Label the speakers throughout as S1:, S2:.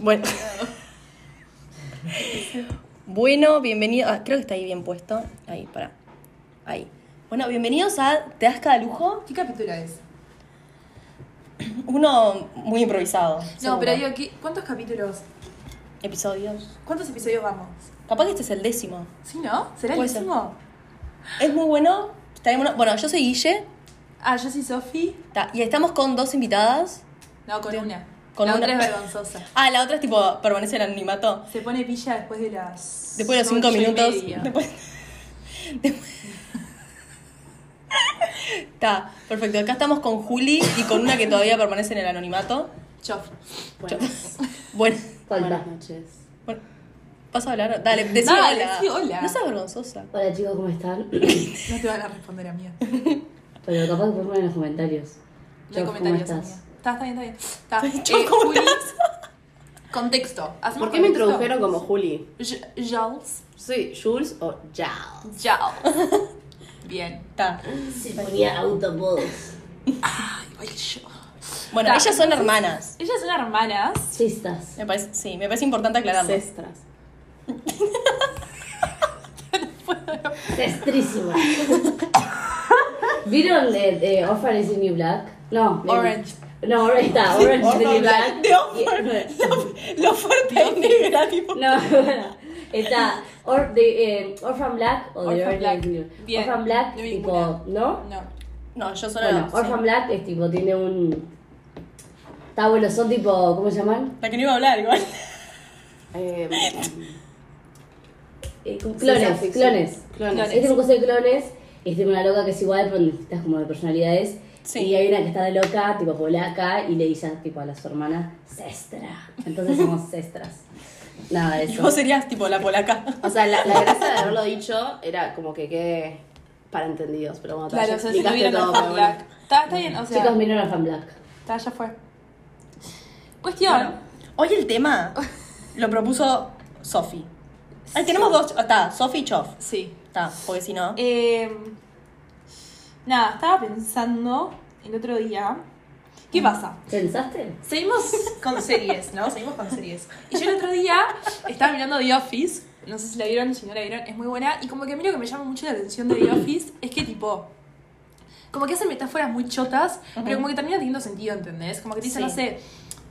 S1: Bueno. bueno, bienvenido. ah, creo que está ahí bien puesto. Ahí, para. Ahí. Bueno, bienvenidos a Te das cada lujo.
S2: ¿Qué capítulo es?
S1: Uno muy improvisado.
S2: No,
S1: seguro.
S2: pero digo, ¿qué- ¿cuántos capítulos?
S1: Episodios.
S2: ¿Cuántos episodios vamos?
S1: Capaz que este es el décimo.
S2: ¿Sí, no? ¿Será el
S1: Puede ser.
S2: décimo?
S1: Es muy bueno. está bien bueno. Bueno, yo soy Guille.
S2: Ah, yo soy Sofi.
S1: ta- Y estamos con dos invitadas.
S2: No, con una.
S1: Con
S2: la
S1: una.
S2: otra es vergonzosa.
S1: Ah, la otra es tipo, permanece el anonimato.
S2: Se pone pilla después de las.
S1: Después de los cinco
S2: ocho y
S1: minutos.
S2: media.
S1: Después. Está, perfecto. Acá estamos con Juli y con una que todavía permanece en el anonimato.
S2: Chof.
S3: Buenas,
S1: Bueno,
S3: buenas noches.
S1: bueno, ¿vas a hablar? Dale, decí
S2: Dale,
S1: hola.
S2: decí hola.
S1: No seas vergonzosa.
S3: Hola chicos, ¿cómo están?
S2: No te van a responder, amiga.
S3: Pero capaz que pongan en los comentarios.
S2: No hay
S3: Chof,
S2: comentarios,
S3: ¿cómo
S2: amiga.
S3: estás?
S2: Está, está bien, está bien. Está.
S1: Chof, ¿cómo
S2: Juli, Contexto. ¿Hacemos
S4: ¿Por qué me
S2: contexto?
S4: introdujeron como Juli?
S2: J- Jules.
S4: Yo soy Jules o Jal.
S2: Jules. Bien.
S1: Está.
S3: Se ponía autobots.
S2: Ay, yo.
S1: Bueno,
S2: Ta.
S1: ellas son hermanas.
S2: Ellas son hermanas.
S3: Chistas.
S1: Me parece, sí, me parece importante aclararlo.
S4: Cestras.
S3: Cestrísimas. ¿Vieron de, de Orphan is the New Black? No. de-
S2: Orange.
S3: No, ahora está. Orange is the New Black.
S1: De Oxford. lo, lo fuerte es negra, tipo.
S3: No, bueno. Está Or- de, eh, Orphan Black o de
S2: Orphan
S3: Orange
S2: Black.
S3: is the New Black.
S2: Bien.
S3: Orphan Black,
S2: No
S3: tipo,
S2: ninguna.
S3: ¿no?
S2: No.
S1: No, yo solo
S3: Bueno, Orphan Black es tipo, tiene un. Está bueno, son tipo, ¿cómo se llaman?
S1: La que no iba a hablar igual.
S4: Eh,
S3: Eh, con
S4: Ciencia
S3: clones,
S4: ficción.
S3: clones.
S4: Clones.
S3: Es de un curso de clones, es de una loca que es igual, pero distintas como de personalidades.
S1: Sí.
S3: Y hay una que está de loca, tipo polaca, y le dice tipo a la su hermana, Sestra. Entonces somos sestras. Nada de
S1: Y
S3: eso.
S1: vos serías tipo la polaca.
S4: O sea, la, la gracia de haberlo dicho era como que quede para entendidos, pero bueno,
S2: Claro,
S4: ya
S2: o sea, si
S4: explicaste
S2: tuvieron
S4: todo,
S2: Orphan
S4: pero bueno.
S2: Black. Está, está bien, o sea.
S3: Chicos, miren Orphan Black.
S2: está, ya fue. Cuestión.
S1: Hoy el tema lo propuso Sofi. Ahí tenemos dos. Está, Sofi y Chof.
S2: Sí.
S1: Está, porque si no.
S2: Eh, nada, estaba pensando el otro día.
S4: Mm.
S2: ¿Qué pasa?
S3: ¿Pensaste?
S2: Seguimos con series, ¿no? Seguimos con series. Y yo el otro día estaba mirando The Office. No sé si la vieron, si no la vieron, es muy buena. Y como que a mí lo que me llama mucho la atención de The Office es que tipo. Como que hacen metáforas muy chotas, pero como que termina teniendo sentido, ¿entendés? Como que te dicen,
S1: Sí.
S2: no sé,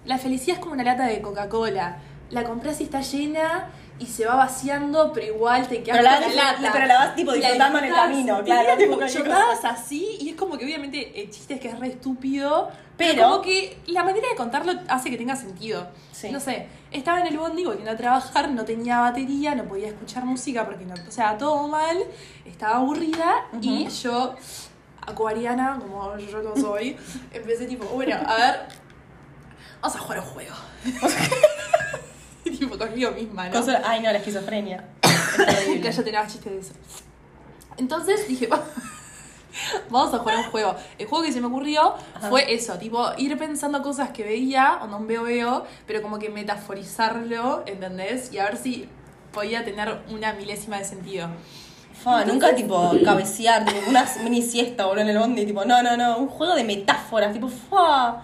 S2: la felicidad es como una lata de Coca-Cola. La compras y está llena y se va vaciando, pero igual te quedas
S1: Pero la,
S2: con lata.
S1: pero la vas tipo
S2: La
S1: disfrutando en el
S2: disfrutás,
S1: camino,
S2: y
S1: claro.
S2: tiran
S1: tipo
S2: como
S1: cualquier
S2: chotadas
S1: cosa.
S2: así, y es como que obviamente el chiste es que es re estúpido, pero,
S1: Pero-
S2: como que la manera de contarlo hace que tenga sentido.
S1: Sí.
S2: No sé, estaba en el bondi volviendo a trabajar, no tenía batería, no podía escuchar música porque no, o sea, todo mal, estaba aburrida y yo, acuariana, como yo lo soy, empecé tipo, bueno, a ver, vamos a jugar un juego. tipo conmigo misma, ¿no?
S1: Cosa- ay, no, la esquizofrenia. Es horrible.
S2: Ya yo tenía chistes de eso. Entonces dije, vamos a jugar un juego. El juego que se me ocurrió fue eso, tipo ir pensando cosas que veía, o no veo veo, pero como que metaforizarlo, ¿entendés? Y a ver si podía tener una milésima de sentido.
S1: Fa, nunca tipo cabecear, tipo una mini siesta, boludo, en el bondi. Tipo, no, no, no. Un juego de metáforas, tipo, fa.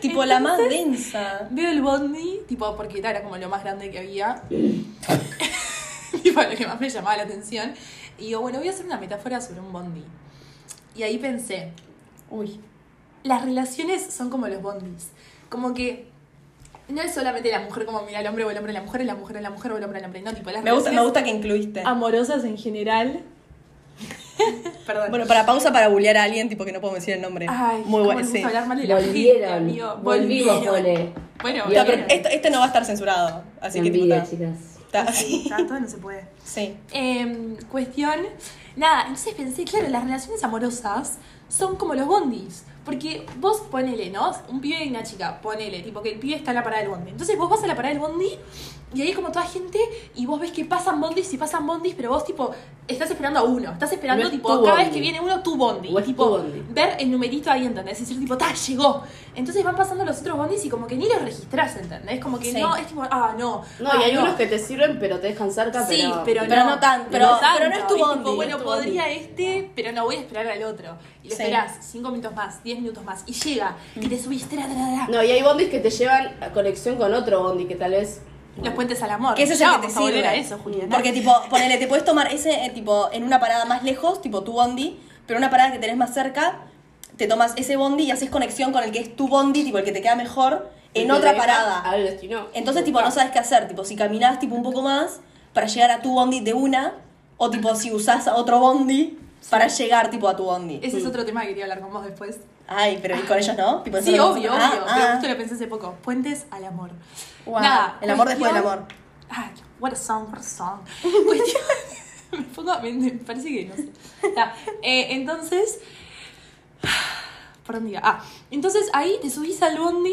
S1: Tipo la más densa.
S2: Veo el bondi, tipo, porque era como lo más grande que había. tipo, lo que más me llamaba la atención. Y digo, bueno, voy a hacer una metáfora sobre un bondi. Y ahí pensé,
S1: Uy.
S2: las relaciones son como los bondis. Como que no es solamente la mujer como mira el hombre o el hombre a la mujer, y la mujer a la mujer o el hombre a la mujer. No, tipo, las
S1: Me gusta, me
S2: relaciones
S1: gusta que incluiste.
S2: amorosas en general. Perdón.
S1: Bueno, para pausa para bullear a alguien, tipo que no puedo decir el nombre.
S2: Ay,
S1: Muy
S2: cómo
S1: bueno,
S2: les
S1: sí.
S2: gusta hablar mal de la gente,
S3: Volvieron.
S2: amigo.
S3: Volvimos,
S2: Volvieron.
S3: pone.
S2: Bueno,
S1: Está, pero
S2: volvieron.
S1: esto, esto no va a estar censurado. Así
S3: La
S1: que tipo,
S3: envidia,
S1: está-
S3: chicas.
S1: está-
S2: Sí, tanto no se puede.
S1: Sí.
S2: Em, cuestión. Nada, entonces pensé, claro, las relaciones amorosas son como los bondis. Porque vos ponele, ¿no? Un pibe y una chica, ponele, tipo que el pibe está en la parada del bondi. Entonces vos vas a la parada del bondi y ahí es como toda gente y vos ves que pasan bondis y pasan bondis, pero vos tipo Estás esperando a uno, estás esperando
S4: No es
S2: tipo
S4: tu
S2: cada
S4: bondi.
S2: vez que viene uno tu bondi,
S4: O es
S2: tipo
S4: tu bondi.
S2: ver el numerito ahí, ¿entendés? Es decir, tipo, ta, llegó. Entonces van pasando los otros bondis y como que ni los registrás, ¿entendés? Como que
S1: Sí.
S2: no, es tipo, ah, no.
S4: No,
S2: ah,
S4: y hay unos que te sirven, pero te dejan cerca,
S2: Sí, pero,
S1: Ah, Pero no tan- pero- pero no es tu
S2: tipo,
S1: bondi,
S2: bueno,
S1: es tu
S2: podría este, pero no voy a esperar al otro. Y lo
S1: Sí.
S2: esperás 5 minutos más, 10 minutos más, y llega, y te subiste, tra, tra, tra.
S4: No, y hay bondis que te llevan a conexión con otro bondi que tal vez.
S2: Los puentes al amor.
S1: Que ese es
S2: Ah, Ya
S1: el que te
S2: vamos a volver
S1: sirve.
S2: a eso, Juliana.
S1: Porque tipo, ponele, te puedes tomar ese eh, tipo en una parada más lejos, tipo tu bondi, pero una parada que tenés más cerca, te tomas ese bondi y haces conexión con el que es tu bondi, tipo el que te queda mejor, en
S4: te
S1: otra
S4: deja
S1: parada.
S4: Al destino.
S1: Entonces, tipo, no sabes qué hacer, tipo, si caminás tipo un poco más para llegar a tu bondi de una, o tipo si usás a otro bondi para llegar tipo a tu bondi. Mm.
S2: Ese es otro tema que quería hablar con vos después.
S1: Ay, pero ¿y con ellos no? Tipo,
S2: Sí,
S1: eso no-
S2: obvio,
S1: Ah,
S2: obvio.
S1: ah.
S2: Pero justo lo pensé hace poco. Puentes al amor.
S1: Wow. el amor después del
S2: cuestión-
S1: amor.
S2: Ay, what a song, what a song. Cuestión- me pongo. Me, me parece que no sé. Ta, eh, entonces. Perdón, diga. Ah, entonces ahí te subís al bondi,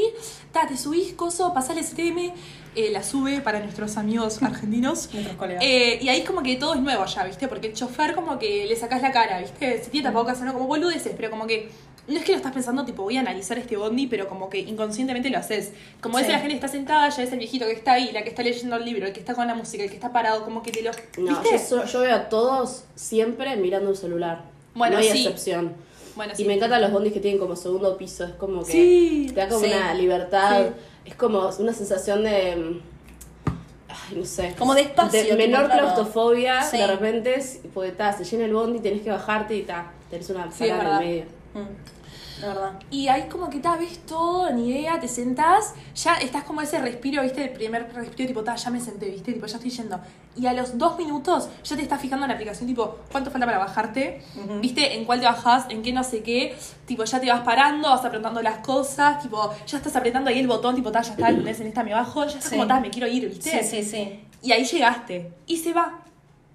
S2: ta, te subís, coso, pasás el STM, eh, la sube para nuestros amigos argentinos.
S1: Nuestros colegas.
S2: Eh, y ahí como que todo es nuevo ya, ¿viste? Porque el chofer como que le sacás la cara, ¿viste? Si tiene tapabocas o no, como boludeces, pero como que... No es que lo estás pensando, tipo, voy a analizar este bondi, pero como que inconscientemente lo haces. Como
S1: Sí.
S2: dice la gente que está sentada, ya es el viejito que está ahí, la que está leyendo el libro, el que está con la música, el que está parado, como que te lo...
S4: No,
S2: ¿Viste?
S4: yo, so- yo veo a todos siempre mirando un celular.
S2: Bueno,
S4: no hay
S2: sí.
S4: excepción.
S2: Bueno,
S4: Y
S2: sí.
S4: me encantan los bondis que tienen como segundo piso. Es como que
S2: Sí,
S4: te da como
S1: sí.
S4: una libertad. Es como una sensación de. mm, Ay, no sé.
S1: Como de espacio,
S4: De menor
S1: tipo, claro.
S4: claustrofobia.
S1: Sí.
S4: De repente, es- porque ta, se llena el bondi, tenés que bajarte y ta, tenés una
S2: Sí, es
S4: parada
S2: verdad.
S4: en el medio.
S1: Mm, La verdad.
S2: Y ahí como que te ves todo, ni idea, te sentás, ya estás como ese respiro, viste, el primer respiro, tipo, ta, ya me senté, viste, tipo, ya estoy yendo. Y a los dos minutos ya te estás fijando en la aplicación, tipo, cuánto falta para bajarte, viste, en cuál te bajás, en qué no sé qué, tipo, ya te vas parando, vas apretando las cosas, tipo, ya estás apretando ahí el botón, tipo, ta, ya está, ¿entendés? en esta me bajo, ya estás
S1: Sí.
S2: como, ta, me quiero ir, viste.
S1: Sí, sí, sí.
S2: Y ahí llegaste, y se va.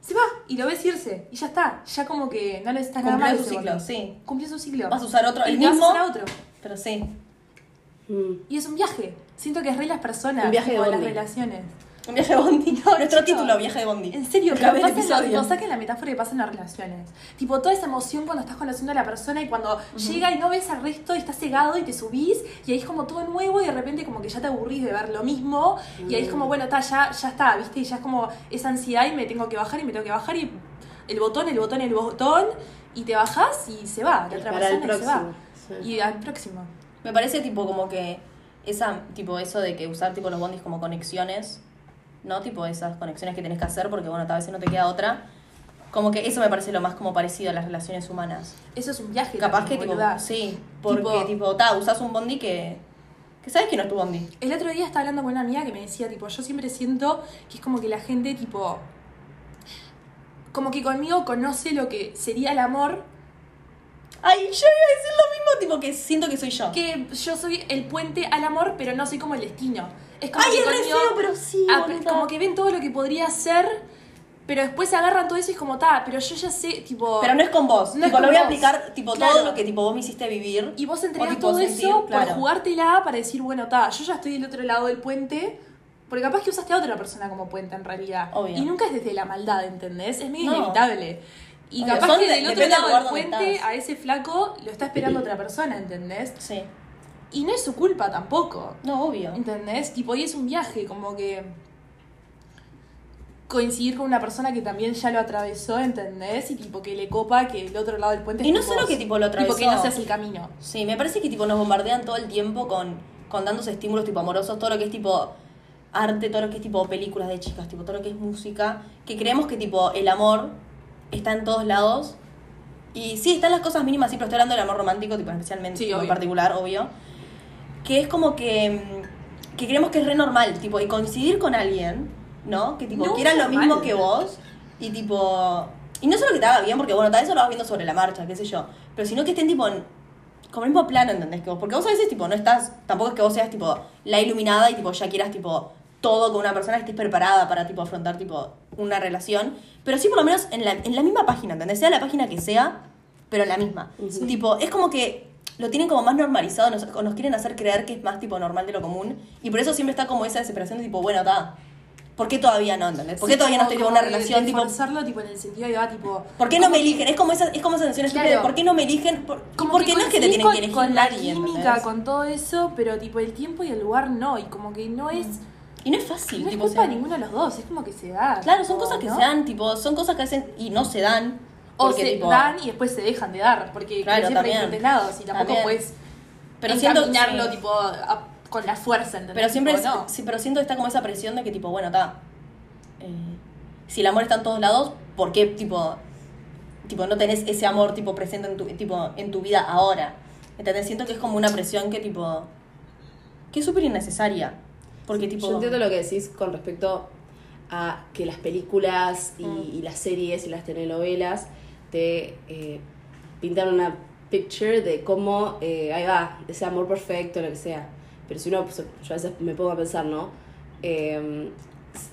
S2: Se va y lo ves irse y ya está, ya como que no necesitas nada
S1: Cumplió
S2: más. de
S1: su
S2: ese
S1: ciclo,
S2: bondi.
S1: sí.
S2: Cumplió su ciclo.
S1: Vas a usar otro,
S2: Y
S1: el
S2: te vas a
S1: mismo.
S2: usar a otro.
S1: Pero sí.
S4: Mm.
S2: Y es un viaje. Siento que es re las personas.
S4: Un viaje de
S2: tipo, las
S4: bondi.
S2: relaciones.
S1: Un viaje de Bondi. Nuestro
S2: chicos.
S1: título, viaje de Bondi.
S2: En serio,
S1: Acabé
S2: pero
S1: el
S2: pasen los-
S1: episodio.
S2: no saquen la metáfora que pasa en las relaciones. Tipo, toda esa emoción cuando estás conociendo a la persona y cuando llega y no ves al resto y estás cegado y te subís y ahí es como todo nuevo y de repente como que ya te aburrís de ver lo mismo y ahí es
S4: Mm.
S2: como, bueno, ta, ya, ya está, ¿viste? Y ya es como esa ansiedad y me tengo que bajar y me tengo que bajar y el botón, el botón, el botón y te bajas y se va. La
S4: Y
S2: otra
S4: para el
S2: persona y se va.
S4: próximo, sí.
S2: Y al próximo.
S1: Me parece tipo como que esa, tipo eso de que usar tipo los bondis como conexiones, ¿no? Tipo esas conexiones que tenés que hacer porque bueno, tal vez no te queda otra. Como que eso me parece lo más como parecido a las relaciones humanas.
S2: Eso es un viaje.
S1: Capaz que
S2: también,
S1: tipo,
S2: boluda.
S1: sí, porque
S2: Tipo-
S1: tipo, ta, usás un bondi que que sabes que no es tu bondi.
S2: El otro día estaba hablando con una amiga que me decía, tipo, yo siempre siento que es como que la gente, tipo, como que conmigo conoce lo que sería el amor,
S1: Ay, yo iba a decir lo mismo, tipo que siento que soy yo.
S2: que yo soy el puente al amor, pero no soy como el destino. Es como
S1: Ay,
S2: que
S1: es re
S2: conmigo-
S1: feo, pero sí,
S2: Ah,
S1: boluda.
S2: como que ven todo lo que podría ser, pero después se agarran todo eso y es como, ta, pero yo ya sé, tipo...
S1: Pero no es con vos.
S2: No es
S1: tipo,
S2: con
S1: lo voy a
S2: vos.
S1: aplicar, tipo,
S2: Claro.
S1: todo lo que tipo vos me hiciste vivir.
S2: Y vos
S1: o,
S2: entregás
S1: tipo,
S2: todo
S1: sentir,
S2: eso
S1: claro.
S2: por jugártela para decir, bueno, ta, yo ya estoy del otro lado del puente. Porque capaz que usaste a otra persona como puente en realidad.
S1: Obvio.
S2: Y nunca es desde la maldad, ¿entendés? Es medio
S1: No.
S2: inevitable. Y
S1: Obvio,
S2: capaz
S1: son
S2: que
S1: de-
S2: del otro
S1: depende del
S2: lado del
S1: lugar donde
S2: puente
S1: estás.
S2: a ese flaco lo está esperando otra persona, ¿entendés?
S1: Sí.
S2: Y no es su culpa tampoco.
S1: No, obvio.
S2: ¿Entendés? Tipo, y es un viaje, como que coincidir con una persona que también ya lo atravesó, ¿entendés? Y tipo que le copa que el otro lado del puente
S1: Y no
S2: estés
S1: solo
S2: vos.
S1: que, tipo, lo
S2: Tipo que
S1: atravesó.
S2: no seas el camino.
S1: Sí, me parece que tipo nos bombardean todo el tiempo con, con dándose estímulos tipo amorosos, todo lo que es tipo arte, todo lo que es tipo películas de chicas, tipo todo lo que es música, que creemos que tipo el amor está en todos lados. Y sí, están las cosas mínimas, sí, pero estoy hablando del amor romántico, tipo especialmente
S2: Sí,
S1: tipo, en
S2: obvio.
S1: particular, obvio. Que es como que, mm, que creemos que es re normal, tipo, y coincidir con alguien, ¿no? Que tipo
S2: No,
S1: quiera lo
S2: normal.
S1: mismo que vos y tipo. Y no solo que te haga bien, porque bueno, tal vez eso lo vas viendo sobre la marcha, qué sé yo. Pero sino que estén tipo en, como el mismo plano, ¿entendés? Que vos, porque vos a veces tipo no estás, tampoco es que vos seas tipo la iluminada y tipo ya quieras tipo todo con una persona, estés preparada para tipo afrontar tipo una relación, pero sí por lo menos en la, en la misma página, ¿entendés? Sea la página que sea, pero en la misma. Tipo, es como que lo tienen como más normalizado, nos, o nos quieren hacer creer que es más tipo normal de lo común, y por eso siempre está como esa desesperación de tipo, bueno, ta, ¿Por qué todavía no? ¿Entendés? ¿Por qué
S2: Sí,
S1: todavía no
S2: como-
S1: estoy en una
S2: como de-
S1: relación
S2: de
S1: tipo.?
S2: forzarlo, tipo, en el sentido de, ah, tipo...
S1: ¿Por qué no me eligen? Es como esa, es como esa sensación estúpida de
S2: Claro.
S1: ¿por qué no me eligen? Por-
S2: Como
S1: porque no es que te tienen que
S2: coincidís
S1: elegir
S2: con, con
S1: nadie.
S2: la química,
S1: ¿entendés?
S2: con todo eso, pero tipo el tiempo y el lugar no, y como que no es,
S1: Y no es fácil.
S2: no es
S1: Mm. tipo, o sea,
S2: culpa de ninguno de los dos, es como que se da.
S1: Claro, son
S2: tipo,
S1: cosas que
S2: ¿no?
S1: se dan, tipo, son cosas que hacen y no se dan.
S2: O
S1: porque,
S2: se
S1: tipo,
S2: dan y después se dejan de dar, porque
S1: Claro,
S2: siempre hay
S1: también.
S2: diferentes lados y tampoco
S1: También.
S2: puedes
S1: Pero
S2: pero
S1: siento- sí.
S2: tipo a- con la fuerza, ¿entendés?
S1: Pero siempre,
S2: Tipo,
S1: es-
S2: no.
S1: sí, pero siento que está como esa presión de que tipo, bueno, está. eh, si el amor está en todos lados, ¿por qué tipo, tipo no tenés ese amor tipo presente en tu, tipo, en tu vida ahora? ¿Entendés? Siento que es como una presión que tipo. que es súper innecesaria. Porque tipo.
S4: Yo entiendo lo que decís con respecto a que las películas y,
S1: Ah.
S4: y las series y las telenovelas te eh, pintan una picture de cómo, eh, ahí va, ese amor perfecto, lo que sea. Pero si uno, pues, yo a veces me pongo a pensar, ¿no? Eh,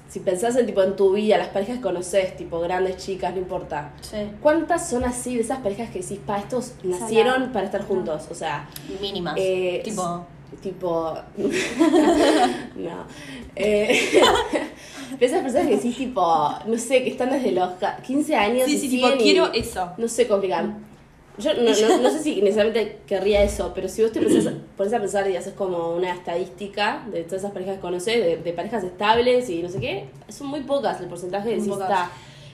S4: si pensás en, tipo, en tu vida, las parejas que conoces, tipo grandes chicas, no importa.
S1: Sí.
S4: ¿Cuántas son así de esas parejas que decís, pa, estos nacieron para estar juntos? O sea,
S1: Mínimas.
S4: eh,
S1: tipo.
S4: Tipo. no. Eh, pero esas personas que decís, tipo, no sé, que están desde los ca- 15 años.
S2: Sí,
S4: y
S2: sí, tipo,
S4: siguen y-
S2: quiero eso.
S4: No sé complicar. Yo no, no- no sé si necesariamente querría eso, pero si vos te empezás, a- pones a pensar y haces como una estadística de todas esas parejas que conoces, de, de parejas estables y no sé qué, son muy pocas el porcentaje de
S2: Muy
S4: si
S2: pocas.
S4: está.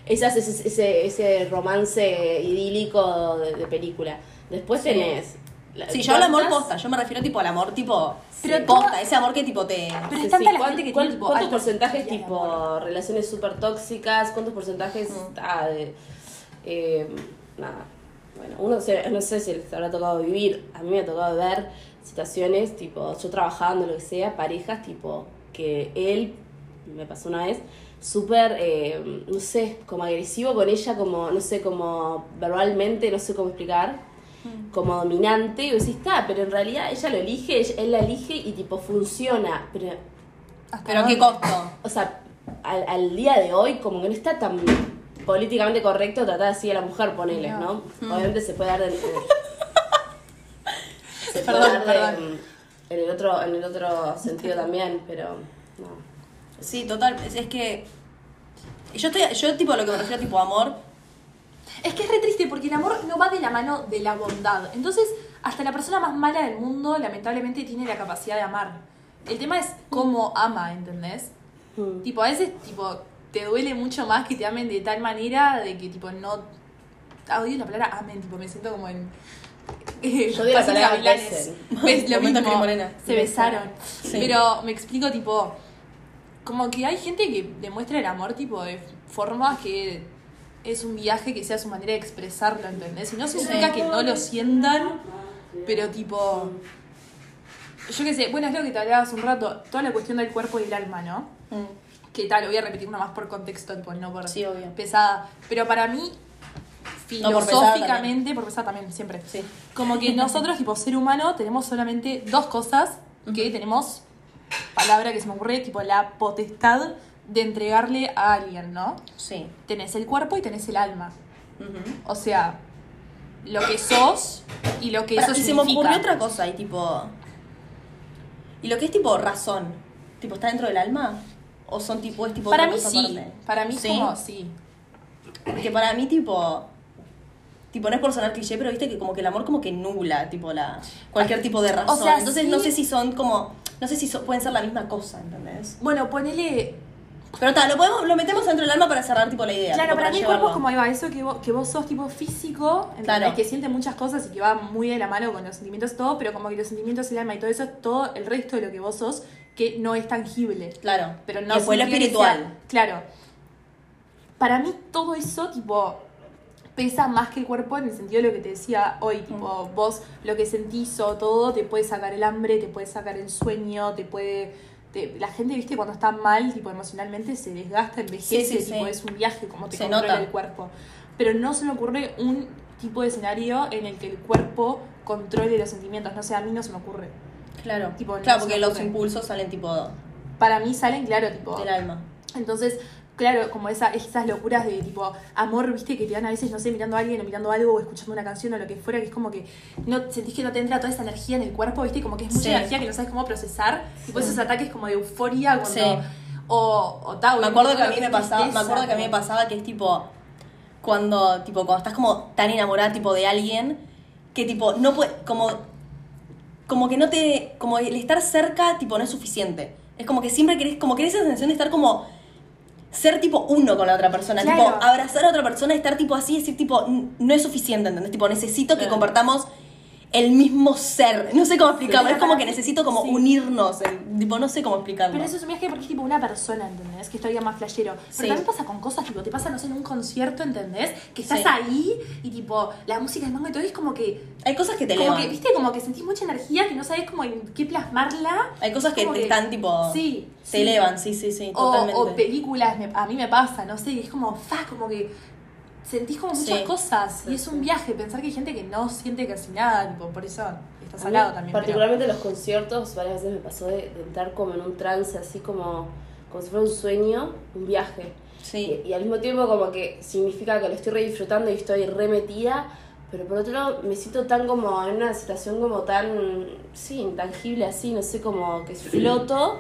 S4: Esas, ese, ese, ese romance idílico de, de película. Después
S1: Sí.
S4: tenés. la-
S1: Sí, yo hablo amor
S4: ¿cuántas?
S1: posta, yo me refiero tipo al amor tipo
S2: Pero
S1: sí,
S2: todo-
S1: posta, ese amor que tipo te
S2: Pero
S4: Sí,
S2: es tanta
S4: sí.
S2: la
S4: ¿Cuál-
S2: gente que
S4: cuál-
S2: tiene tipo
S4: ¿Cuántos
S2: altas
S4: porcentajes
S2: energías de
S4: tipo
S2: amor?
S4: relaciones súper tóxicas? ¿Cuántos porcentajes ah, de- eh, nada? Bueno, uno se- no sé si les habrá tocado vivir. A mí me ha tocado ver situaciones tipo yo trabajando, lo que sea, parejas tipo que él, me pasó una vez, súper, eh, no sé, como agresivo con ella, como, no sé, como verbalmente, no sé cómo explicar
S2: Mm.
S4: como dominante y vos decís, está, pero en realidad ella lo elige, ella- él la elige y tipo funciona, pero,
S2: Hasta
S1: Pero
S2: dónde.
S1: qué costo.
S4: o sea, al, al día de hoy como que no está tan políticamente correcto tratar así a la mujer, ponele, ¿no?
S2: Mm.
S4: Obviamente se puede dar en, se puede
S2: Perdón,
S4: dar de-
S2: perdón.
S4: en el otro, en el otro sentido también, pero no.
S1: Sí, total, es, es que yo estoy yo tipo lo que me refiero tipo amor,
S2: Es que es re triste porque el amor no va de la mano de la bondad. Entonces, hasta la persona más mala del mundo, lamentablemente, tiene la capacidad de amar. El tema es cómo ama, ¿entendés?
S4: Mm.
S2: Tipo, a veces, tipo, te duele mucho más que te amen de tal manera de que, tipo, no... Ah, odio la palabra amen, tipo, me siento como en...
S4: Yo
S2: Pasión
S4: odio la
S2: de
S4: palabra
S2: gavilanes.
S4: besen.
S2: ¿Ves? Lo
S1: Momento
S2: mismo.
S1: Crismolena.
S2: Se besaron. Pero me explico, tipo... Como que hay gente que demuestra el amor, tipo, de formas que es un viaje que sea su manera de expresarlo, ¿entendés? Y no significa que no lo sientan, pero tipo... Yo qué sé, bueno, es lo que te hablaba hace un rato, toda la cuestión del cuerpo y el alma, ¿no? Que tal, lo voy a repetir una más por contexto, tipo, no por
S1: Sí, obvio.
S2: pesada. Pero para mí,
S1: No, por pesada
S2: filosóficamente, por pesada también, siempre.
S1: Sí.
S2: Como que nosotros, tipo ser humano, tenemos solamente dos cosas que tenemos, palabra que se me ocurre, tipo la potestad de entregarle a alguien, ¿no?
S1: sí.
S2: Tenés el cuerpo y tenés el alma.
S1: Ujú.
S2: O sea, lo que sos y lo que
S1: Pará,
S2: eso
S1: y se me
S2: significa.
S1: ocurrió otra cosa y tipo y lo que es tipo razón, tipo está dentro del alma o son tipo es tipo
S2: Para
S1: otra
S2: mí
S1: cosa
S2: sí,
S1: aparte?
S2: para mí
S1: ¿Sí?
S2: como sí.
S1: que para mí tipo tipo no es por sonar cliché pero viste que como que el amor como que nubla tipo la cualquier tipo de razón
S2: Ah, sea,
S1: entonces
S2: sí.
S1: no sé si son como no sé si so- pueden ser la misma cosa ¿entendés?
S2: Bueno, ponele
S1: pero tal lo podemos lo metemos dentro del alma para cerrar tipo la idea
S2: Claro,
S1: tipo,
S2: para mí el cuerpo
S1: llevarlo.
S2: es como ahí va, eso que vos, que vos sos tipo físico,
S1: Claro.
S2: claro. que siente muchas cosas y que va muy de la mano con los sentimientos, todo, pero como que los sentimientos, el alma y todo eso, es todo el resto de lo que vos sos, que no es tangible.
S1: claro
S2: Pero no
S1: y después lo
S2: significa que sea-
S1: espiritual
S2: claro. Para mí todo eso, tipo, pesa más que el cuerpo en el sentido de lo que te decía
S1: Mm.
S2: hoy, tipo, vos lo que sentís o todo, te puede sacar el hambre, te puede sacar el sueño, te puede... te- la gente, viste, cuando está mal, tipo, emocionalmente, se desgasta, envejece,
S1: Sí, sí,
S2: tipo,
S1: sí.
S2: es un viaje como te
S1: Se
S2: controla
S1: nota.
S2: el cuerpo. Pero no se me ocurre un tipo de escenario en el que el cuerpo controle los sentimientos, no sé, a mí no se me ocurre.
S1: claro
S2: Tipo, no
S1: claro
S2: se
S1: porque
S2: me
S1: los
S2: ocurre.
S1: impulsos salen tipo
S2: Para mí salen, claro, tipo...
S1: del alma
S2: Entonces, claro, como esa, esas locuras de tipo amor, viste, que te dan a veces, no sé, mirando a alguien o mirando algo o escuchando una canción o lo que fuera, que es como que no sentís que no te entra toda esa energía en el cuerpo, viste, como que es mucha
S1: Sí.
S2: energía que no sabes cómo procesar. Y por esos ataques como de euforia cuando.
S1: Sí.
S2: o, o Tau.
S1: Me acuerdo que a
S2: lo
S1: mí me pasaba, me
S2: tristeza,
S1: acuerdo que a mí me
S2: como-
S1: pasaba que es tipo cuando tipo cuando estás como tan enamorada tipo de alguien que tipo no puede como como que no te como el estar cerca tipo no es suficiente. Es como que siempre querés como querés esa sensación de estar como ser tipo uno con la otra persona,
S2: Claro.
S1: tipo abrazar a otra persona, estar tipo así, decir tipo "N- no es suficiente, ¿entendés? Tipo necesito que
S2: Claro.
S1: compartamos el mismo ser, no sé cómo explicarlo, es como que necesito como
S2: Sí.
S1: unirnos, el- tipo no sé cómo explicarlo.
S2: Pero eso es un viaje porque es tipo una persona, ¿entendés? Que es todavía más flashero. Pero
S1: Sí.
S2: también pasa con cosas, tipo, te pasa, no sé, en un concierto, ¿entendés? Que estás
S1: Sí.
S2: ahí y tipo, la música es mango y todo, y es como que.
S1: Hay cosas que te
S2: como
S1: elevan.
S2: que, viste, como que sentís mucha energía que no sabés como en qué plasmarla.
S1: Hay cosas que
S2: Como
S1: te están tipo.
S2: Sí.
S1: Te
S2: sí.
S1: elevan, sí, sí, sí,
S2: O,
S1: totalmente.
S2: o películas, me- a mí me pasa, no sé, y es como, fa, como que sentís como muchas
S1: Sí.
S2: cosas. Y es un viaje, pensar que hay gente que no siente casi nada, tipo, por eso estás al lado también. pero-
S4: Particularmente en los conciertos, varias veces me pasó de, de entrar como en un trance, así como, como si fuera un sueño, un viaje.
S1: sí.
S2: eh,
S4: Y, y al mismo tiempo como que significa que lo estoy re disfrutando y estoy re metida, pero por otro lado me siento tan como en una situación como tan, sí, intangible así, no sé, como que floto,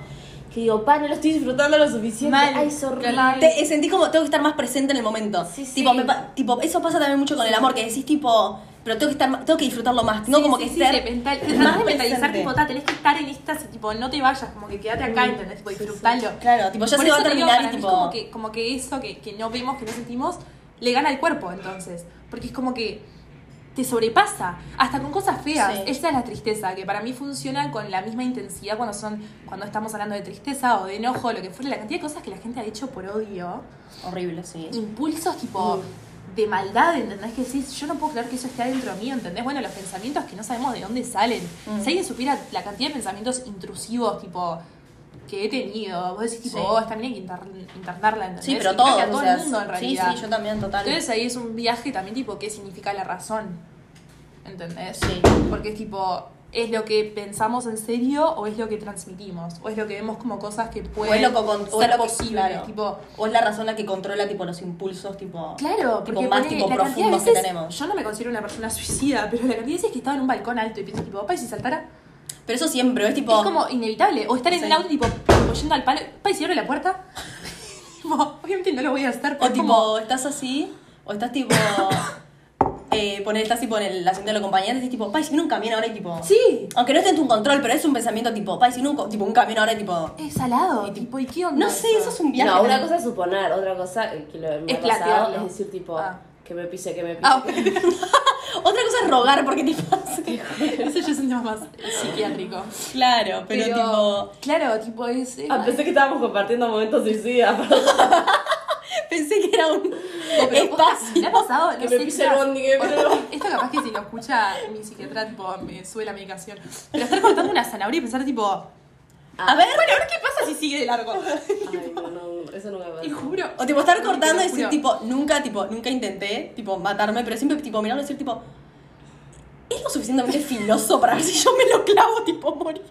S4: que digo, pa, no lo estoy disfrutando lo suficiente.
S2: Mal,
S4: Ay, es horrible.
S2: claro.
S1: Te, eh, sentí como tengo que estar más presente en el momento.
S4: Sí, sí.
S1: Tipo, me pa- tipo, eso pasa también mucho con el amor, que decís tipo, pero tengo que estar ma- tengo que disfrutarlo más. No
S2: Sí,
S1: como
S2: sí,
S1: que
S2: sí,
S1: ser
S2: de mental- de
S1: más
S2: tratar de mentalizar,
S1: presente.
S2: tipo, ta, tenés que estar en estas, y, tipo, no te vayas, como que quédate
S1: Mm.
S2: acá, ¿entendés? Tipo,
S4: Sí, sí.
S2: disfrutalo.
S1: Claro, tipo, ya
S2: Por
S1: se va a
S2: eso te digo,
S1: terminar
S2: para
S1: y
S2: mí es
S1: tipo.
S2: Como que, como que eso que, que no vemos, que no sentimos, le gana al cuerpo, entonces. Porque es como que te sobrepasa, hasta con cosas feas.
S1: Sí.
S2: Esa es la tristeza, que para mí funciona con la misma intensidad cuando son cuando estamos hablando de tristeza o de enojo, lo que fuera, la cantidad de cosas que la gente ha hecho por odio
S1: Horrible, sí.
S2: impulsos tipo
S1: Mm.
S2: de maldad, ¿entendés? Que decís, yo no puedo creer que eso esté adentro mío, ¿entendés? Bueno, los pensamientos que no sabemos de dónde salen.
S1: Mm.
S2: Si alguien supiera la cantidad de pensamientos intrusivos, tipo, que he tenido, vos decís, tipo,
S1: Sí.
S2: oh, esta mina hay que inter- internarla, ¿entendés?
S1: Sí,
S2: Y
S1: pero
S2: creo
S1: todos.
S2: que a
S1: o
S2: todo
S1: sea,
S2: el mundo, en
S1: sí,
S2: realidad.
S1: sí, yo también, total.
S2: Entonces ahí es un viaje también, tipo, qué significa la razón, ¿entendés?
S1: Sí.
S2: Porque es tipo, ¿es lo que pensamos en serio o es lo que transmitimos? ¿O es lo que vemos como cosas que
S1: o
S2: pueden
S1: es lo, que con- o es
S2: ser
S1: lo que-
S2: posibles?
S1: claro.
S2: Tipo,
S1: o es la razón la que controla tipo los impulsos tipo
S2: Claro,
S1: tipo,
S2: porque
S1: más
S2: ponele,
S1: tipo
S2: la cantidad de
S1: profundos que
S2: veces-
S1: tenemos.
S2: Yo no me considero una persona suicida, pero la cantidad de veces que estaba en un balcón alto y pienso tipo, papá, y si saltara,
S1: Pero eso siempre, es tipo
S2: es como inevitable. O estar en
S1: Sí.
S2: el auto tipo, yendo al palo, papá, y si abre la puerta. tipo, obviamente no lo voy a hacer,
S1: O
S2: pero es
S1: tipo,
S2: como,
S1: estás así, o estás tipo. eh, poner, estás tipo en el asiento del acompañante, y tipo, pay, si viene un camión ahora y tipo.
S2: Sí.
S1: Aunque no esté en tu control, pero es un pensamiento tipo, pay, si viene un, co- tipo, un camión ahora y tipo.
S2: es salado, tipo, ¿y qué onda?
S1: No sé, eso es un viaje.
S4: No, una cosa es suponer, otra cosa eh, que lo me
S2: Es
S4: ha pasado
S2: plantearlo.
S4: es decir tipo,
S2: Ah.
S4: que me pise, que me pise.
S2: Ah,
S4: que-
S1: Otra cosa es rogar porque te pase.
S2: eso ya es un tema más psiquiátrico.
S1: claro, pero, tipo.
S2: Claro, tipo, es. es-
S4: Ah, pensé que estábamos compartiendo momentos suicidas, perdón.
S1: Pensé que era un
S2: No, pero posta,
S1: espacio.
S2: Me ha pasado, no
S4: Que
S2: sé,
S4: me pise el
S2: chicas,
S4: bondi, que me-
S2: o- Esto capaz que si lo escucha mi psiquiatra, tipo, me sube la medicación. Pero estar cortando una zanahoria y pensar, tipo,
S1: A ver,
S2: bueno, a ver qué pasa si sigue de largo.
S4: Ay, no, no, eso nunca me
S2: Te
S4: pasa.
S2: juro.
S1: O tipo estar cortando y
S2: Te
S1: decir
S2: juro.
S1: tipo, nunca, tipo, nunca intenté tipo matarme, pero siempre tipo mirarlo y decir tipo. Es lo suficientemente filoso para ver si yo me lo clavo, tipo morir.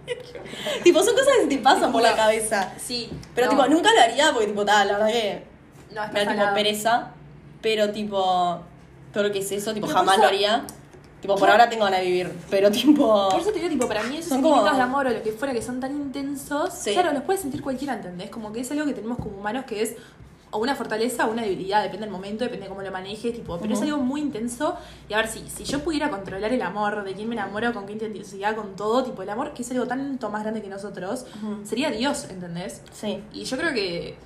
S1: tipo, son cosas que te pasan por la
S2: No.
S1: cabeza.
S2: Sí.
S1: Pero
S2: no,
S1: tipo, nunca lo haría porque tipo, tal, la verdad que.
S2: No, está
S1: Me da tipo
S2: salado.
S1: pereza. Pero tipo. Todo lo que es eso, tipo,
S2: Pero por
S1: jamás
S2: eso-
S1: lo haría. Tipo, por ahora tengo ganas de vivir. Pero tipo.
S2: Por eso te digo, tipo, para mí esos
S1: Son como-
S2: sentimientos de amor o lo que fuera que son tan intensos,
S1: Sí.
S2: claro, los puede sentir cualquiera, ¿entendés? Como que es algo que tenemos como humanos que es o una fortaleza o una debilidad, depende del momento, depende de cómo lo manejes, tipo, pero es algo muy intenso. Y a ver, si, si yo pudiera controlar el amor, de quién me enamoro, con qué intensidad, con todo, tipo, el amor, que es algo tanto más grande que nosotros, sería Dios, ¿entendés?
S1: Sí.
S2: Y yo creo que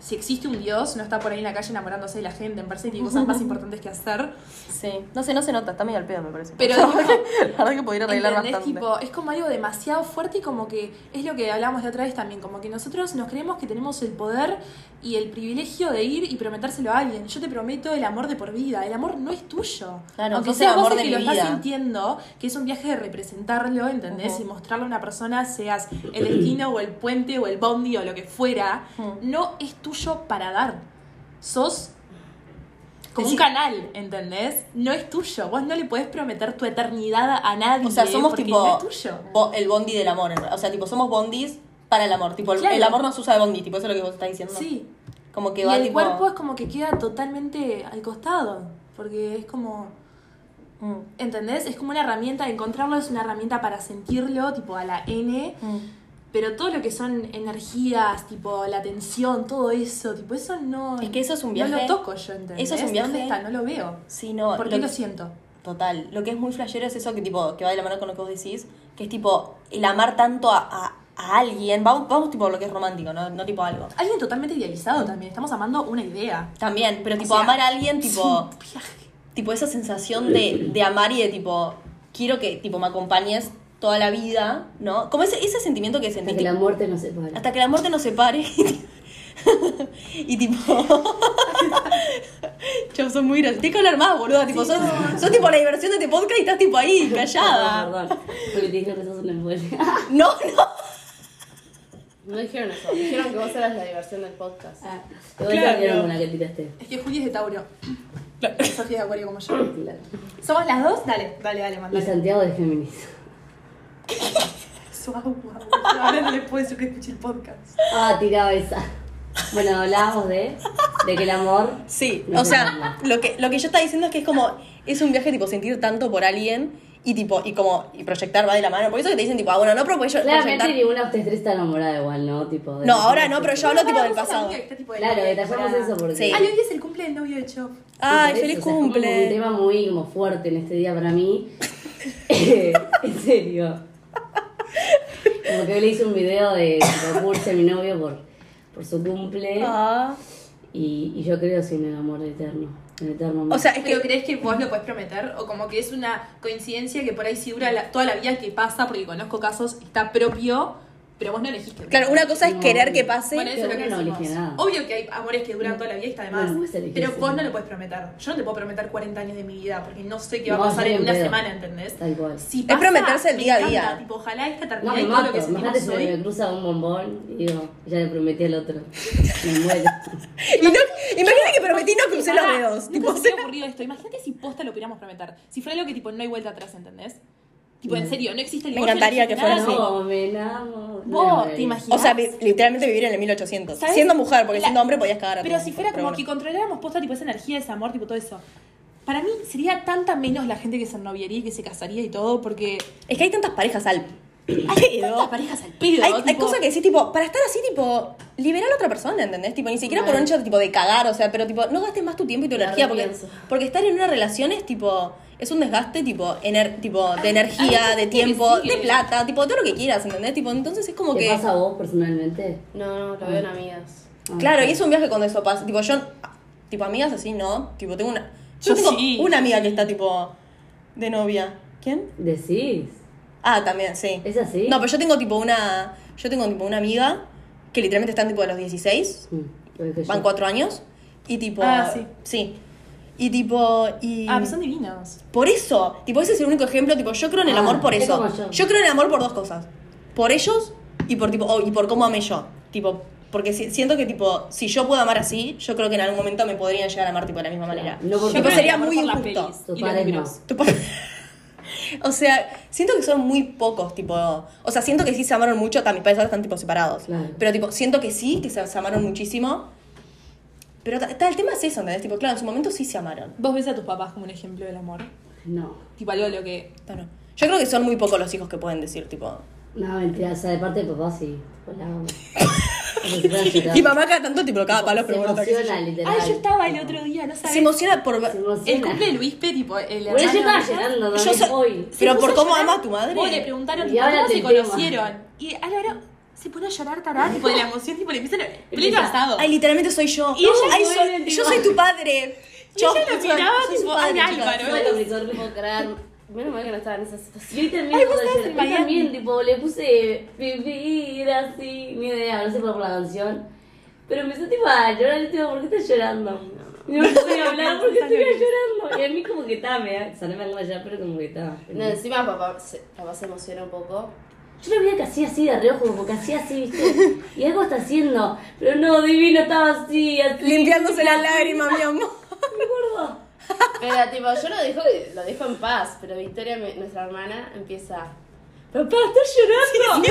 S2: si existe un Dios, no está por ahí en la calle enamorándose de la gente, en Perse tiene cosas más importantes que hacer.
S1: Sí. No sé, no se nota, está medio al pedo, me parece.
S2: Pero,
S1: la verdad
S2: tipo,
S1: que- la verdad que podría arreglar
S2: ¿Entendés?
S1: bastante.
S2: Tipo, es como algo demasiado fuerte y como que es lo que hablábamos la otra vez también, como que nosotros nos creemos que tenemos el poder y el privilegio de ir y prometérselo a alguien. Yo te prometo el amor de por vida, el amor no es tuyo.
S1: Claro, que
S2: Aunque
S1: es el
S2: sea
S1: amor
S2: vos el
S1: de
S2: que
S1: mi
S2: lo
S1: vida.
S2: estás sintiendo, que es un viaje de representarlo, ¿entendés?
S1: Ujú.
S2: Y mostrarle a una persona, seas el destino o el puente o el bondi o lo que fuera,
S1: Ujú.
S2: no es tuyo para dar. Sos como un
S1: Decí-
S2: canal, ¿entendés? No es tuyo. Vos no le podés prometer tu eternidad a nadie.
S1: O sea, somos
S2: porque
S1: tipo
S2: No es tuyo.
S1: bo- el bondi del amor. en realidad. O sea, tipo, somos bondis para el amor. Tipo, el,
S2: Claro.
S1: el amor nos usa de bondi, tipo, eso es lo que vos estás diciendo.
S2: Sí.
S1: Como que
S2: Y
S1: va
S2: el
S1: tipo.
S2: cuerpo es como que queda totalmente al costado. Porque es como.
S1: Mm,
S2: ¿Entendés? Es como una herramienta. Encontrarlo es una herramienta para sentirlo, tipo a la N.
S1: mm.
S2: Pero todo lo que son energías, tipo la tensión, todo eso, tipo eso no.
S1: Es que eso es un viaje-
S2: No lo toco yo, ¿entendés?
S1: Eso es un
S2: ¿Dónde
S1: viaje-
S2: está? No lo veo.
S1: Sí, no.
S2: ¿Por
S1: lo
S2: qué
S1: que-
S2: lo siento?
S1: Total. Lo que es muy flashero es eso que tipo que va de la mano con lo que vos decís, que es tipo el amar tanto a, a- a alguien. Vamos, vamos tipo lo que es romántico, no, no tipo algo.
S2: Alguien totalmente idealizado también. Estamos amando una idea.
S1: También, pero tipo
S2: sea,
S1: amar a alguien, tipo,
S2: Es un viaje.
S1: tipo esa sensación de, de amar y de tipo, quiero que tipo me acompañes toda la vida, ¿no? Como ese, ese sentimiento que sentí.
S3: Hasta que la
S1: tipo,
S3: muerte nos separe.
S1: hasta que la muerte nos separe. y tipo. Chau, son muy graciosos. Tienes que hablar más, boluda. Tipo, sos, sos tipo la diversión de este podcast y estás tipo ahí, callada.
S3: Perdón, perdón. Porque te dijeron que sos una mujer.
S1: No, no.
S4: No dijeron eso, dijeron que vos eras la diversión del podcast.
S3: Ah, igual
S1: Claro.
S3: cambiaron con la que tiraste.
S2: Es que Juli es de Tauro. Sofía de Acuario como yo.
S3: Claro.
S2: ¿Somos las dos? Dale, dale, dale,
S3: Y
S2: mandale.
S3: Santiago de Géminis.
S2: Suau, guau, guau. Ahora no les puedo decir que escuché el podcast.
S3: Ah, tiraba esa. Bueno, hablábamos de, de que el amor.
S1: Sí,
S3: No
S1: o
S3: sé
S1: sea,
S3: nada.
S1: lo que, lo que yo estaba diciendo es que es como, es un viaje tipo sentir tanto por alguien y tipo, y como, y proyectar va de la mano. Por eso que te dicen tipo, ah, bueno, no, pero pues yo
S3: Claramente
S1: proyectar-
S3: ninguna de ustedes tres está enamorada igual, ¿no? Tipo, de-
S1: No, ahora no, pero yo hablo tipo
S2: Ahora
S1: del
S2: vos sos la
S1: pasado.
S2: única que está tipo de
S3: Claro,
S2: novia de
S3: detallamos
S2: temporada.
S3: eso porque.
S1: Sí.
S2: Ay, hoy es el cumple del novio de Chop.
S1: Ay,
S3: Por eso,
S1: feliz
S3: o sea, es como
S1: cumple.
S3: un tema muy como fuerte en este día para mí. en serio. Como que hoy le hice un video de tipo, curse a mi novio por, por su cumple.
S1: Ah.
S3: Y, y yo creo sí en el amor eterno. En el eterno amor.
S1: O sea, es
S2: ¿Pero
S1: que,
S2: crees que vos lo podés prometer? ¿O como que es una coincidencia que por ahí sí dura la- toda la vida que pasa? Porque conozco casos, está propio, pero vos no elegiste.
S1: claro, una cosa es
S3: No.
S1: querer que pase.
S2: Bueno, eso es lo que
S3: Pero uno no
S2: decimos.
S3: elige nada.
S2: Obvio que hay amores que duran toda la vida y está de más.
S3: No, vos elegís
S2: pero
S3: eso.
S2: vos no lo puedes prometer. Yo no te puedo prometer 40 años de mi vida porque no sé qué va
S3: No,
S2: a pasar
S3: yo ni
S2: en una
S3: en pedo.
S2: semana, ¿entendés?
S3: Tal cual.
S2: Si
S1: Es
S2: pasa,
S1: prometerse el
S2: me
S1: día a
S2: encanta.
S1: día.
S2: Tipo, ojalá esta
S3: No,
S2: termina
S3: me
S2: y todo lo
S3: mato,
S2: que
S3: imagínate
S2: sentimos
S3: si me
S2: hoy.
S3: cruza un bombón y digo, ya le prometí al otro. Me muero.
S1: Y no- imagínate que prometí no crucé los dedos.
S2: Nunca
S1: Tipo,
S2: se me había ocurrido esto. Imagínate si posta lo pudiéramos prometer. Si fuera algo que tipo no hay vuelta atrás, ¿entendés? Tipo,
S3: Mm.
S2: en serio, no existe el
S1: Me
S2: divorcio, no
S1: encantaría
S2: existe
S1: que fuera
S2: nada,
S1: así.
S2: tipo,
S3: No, me enamoro.
S2: Vos,
S3: Me
S2: ¿te imaginas?
S1: o sea, vi- literalmente vivir en el 1800.
S2: ¿Sabes?
S1: Siendo mujer, porque
S2: La-
S1: siendo hombre podías cagar a
S2: Pero
S1: todos,
S2: si fuera
S1: pero
S2: como que
S1: bueno.
S2: controláramos posta tipo esa energía, ese amor, tipo todo eso. Para mí sería tanta menos la gente que se noviaría y que se casaría y todo, porque
S1: Es que hay tantas parejas al
S2: hay
S1: pedo.
S2: tantas parejas al pedo.
S1: Hay, hay
S2: tipo,
S1: cosas que decís, tipo, para estar así, tipo, liberar a la otra persona, ¿entendés? Tipo, ni siquiera por
S4: Mal.
S1: un hecho tipo, de cagar, o sea, pero tipo, no gastes más tu tiempo y tu
S4: La
S1: energía, porque,
S4: repienso.
S1: porque estar en una relación es tipo, es un desgaste tipo, ener- tipo de energía,
S2: hay gente
S1: de
S2: que
S1: tiempo,
S2: sigue.
S1: de plata, tipo, todo lo que quieras, ¿entendés? Tipo, entonces es como
S3: ¿Te
S1: que.
S3: pasa a vos personalmente?
S4: No, no, lo veo en amigas.
S3: Ah,
S1: Claro, y es un viaje cuando eso pasa. Tipo, yo, tipo, amigas así, ¿no? Tipo, tengo una. Yo
S2: Yo
S1: tengo
S2: sí.
S1: una amiga que está tipo de novia. ¿Quién?
S3: ¿Decís?
S1: Ah, también, sí.
S3: ¿Es así?
S1: No, pero yo tengo tipo una. Yo tengo tipo una amiga que literalmente está tipo a los 16.
S3: Mm, lo dije yo.
S1: Van cuatro años. Y tipo.
S2: Ah, sí.
S1: Sí. Y tipo. Y...
S2: Ah, pero son divinos.
S1: Por eso. Tipo, ese es el único ejemplo. Tipo, yo creo en el
S3: Ah,
S1: amor por
S3: es
S1: eso.
S3: como yo.
S1: creo en el amor por dos cosas. Por ellos y por tipo. oh, y por cómo amé yo. Tipo. Porque si- siento que, tipo, si yo puedo amar así, yo creo que en algún momento me podrían llegar a amar, tipo, de la misma manera.
S3: No, porque-
S2: Yo
S1: tipo,
S2: creo
S1: sería
S2: que por
S1: muy
S2: las
S1: injusto.
S2: pelis
S3: Tus
S2: y los
S3: padres no.
S2: libros.
S1: Tu pa- o sea, siento que son muy pocos, tipo. O sea, siento que sí se amaron mucho, también mis padres ahora están tipo separados.
S3: Claro.
S1: Pero tipo, siento que sí, que se, se amaron muchísimo. Pero ta- ta- el tema es eso, ¿entendés? Tipo, claro, en su momento sí se amaron.
S2: Vos ves a tus papás como un ejemplo del amor.
S3: No.
S2: Tipo algo de lo que.
S1: No, no. Yo creo que son muy pocos los hijos que pueden decir, tipo.
S3: No, mentira, o sea, de parte de papá sí. Hola. Como si fuera a llorar.
S1: Y mamá cada tanto, tipo, cada palo
S3: se
S1: pregunta. qué sé yo.
S3: emociona, literal.
S2: Ay, yo estaba el otro día, no
S1: Se
S2: sabes.
S1: emociona por ver-
S3: Se
S2: El
S3: emociona.
S2: cumple de Luispe, tipo, el
S3: Bueno, yo estaba
S2: hermano de ella,
S1: Yo
S3: llorando también
S1: sé-
S3: hoy.
S2: se
S1: Pero
S2: puso
S1: por cómo
S2: llorar.
S1: ama a tu madre.
S2: Vos le preguntaron
S3: Y
S2: tipo,
S3: ahora
S2: cómo
S3: te
S2: se
S3: tema.
S2: conocieron. Y a la hora se pone a llorar tará, tipo de la emoción, tipo le empiezan a. Pleno
S3: Empieza,
S2: asado.
S1: Ay, literalmente soy yo.
S2: Y ella
S1: Ay,
S2: no
S1: soy-
S2: era, tipo-
S1: yo soy tu padre.
S2: Y
S1: Yo
S2: ella lo
S1: soy-
S2: miraba,
S1: soy su
S2: tipo,
S1: padre,
S2: ay,
S1: chicas.
S2: Álvaro.
S3: Bueno, mi
S4: No
S3: sorpresa.
S4: puedo creer. Menos mal que no estaba en esa situación.
S3: Yo también,
S2: Ay,
S3: o
S2: vos
S3: sea,
S2: estabas
S3: yo-
S2: en
S3: yo
S2: Miami.
S3: también, tipo, le puse vivir así, ni idea, no sé por, por la canción. Pero empecé tipo a llorar, tipo, ¿por qué estás llorando? Y No pude hablar porque
S2: Estás
S3: estoy llorando. Y a mí como que estaba, me da, o sea, no me hago llorar, pero como que estaba.
S4: No, encima papá se, papá se emociona un poco.
S3: Yo lo veía que hacía así de reojo, como que hacía así, ¿viste? Y algo está haciendo. Pero no, divino, estaba así, así.
S1: Limpiándose la lágrima, mi amor.
S3: Me gordo.
S4: Pero tipo, yo lo dejo, lo dejo en paz, pero Victoria, mi- nuestra hermana, empieza. Papá, estás llorando.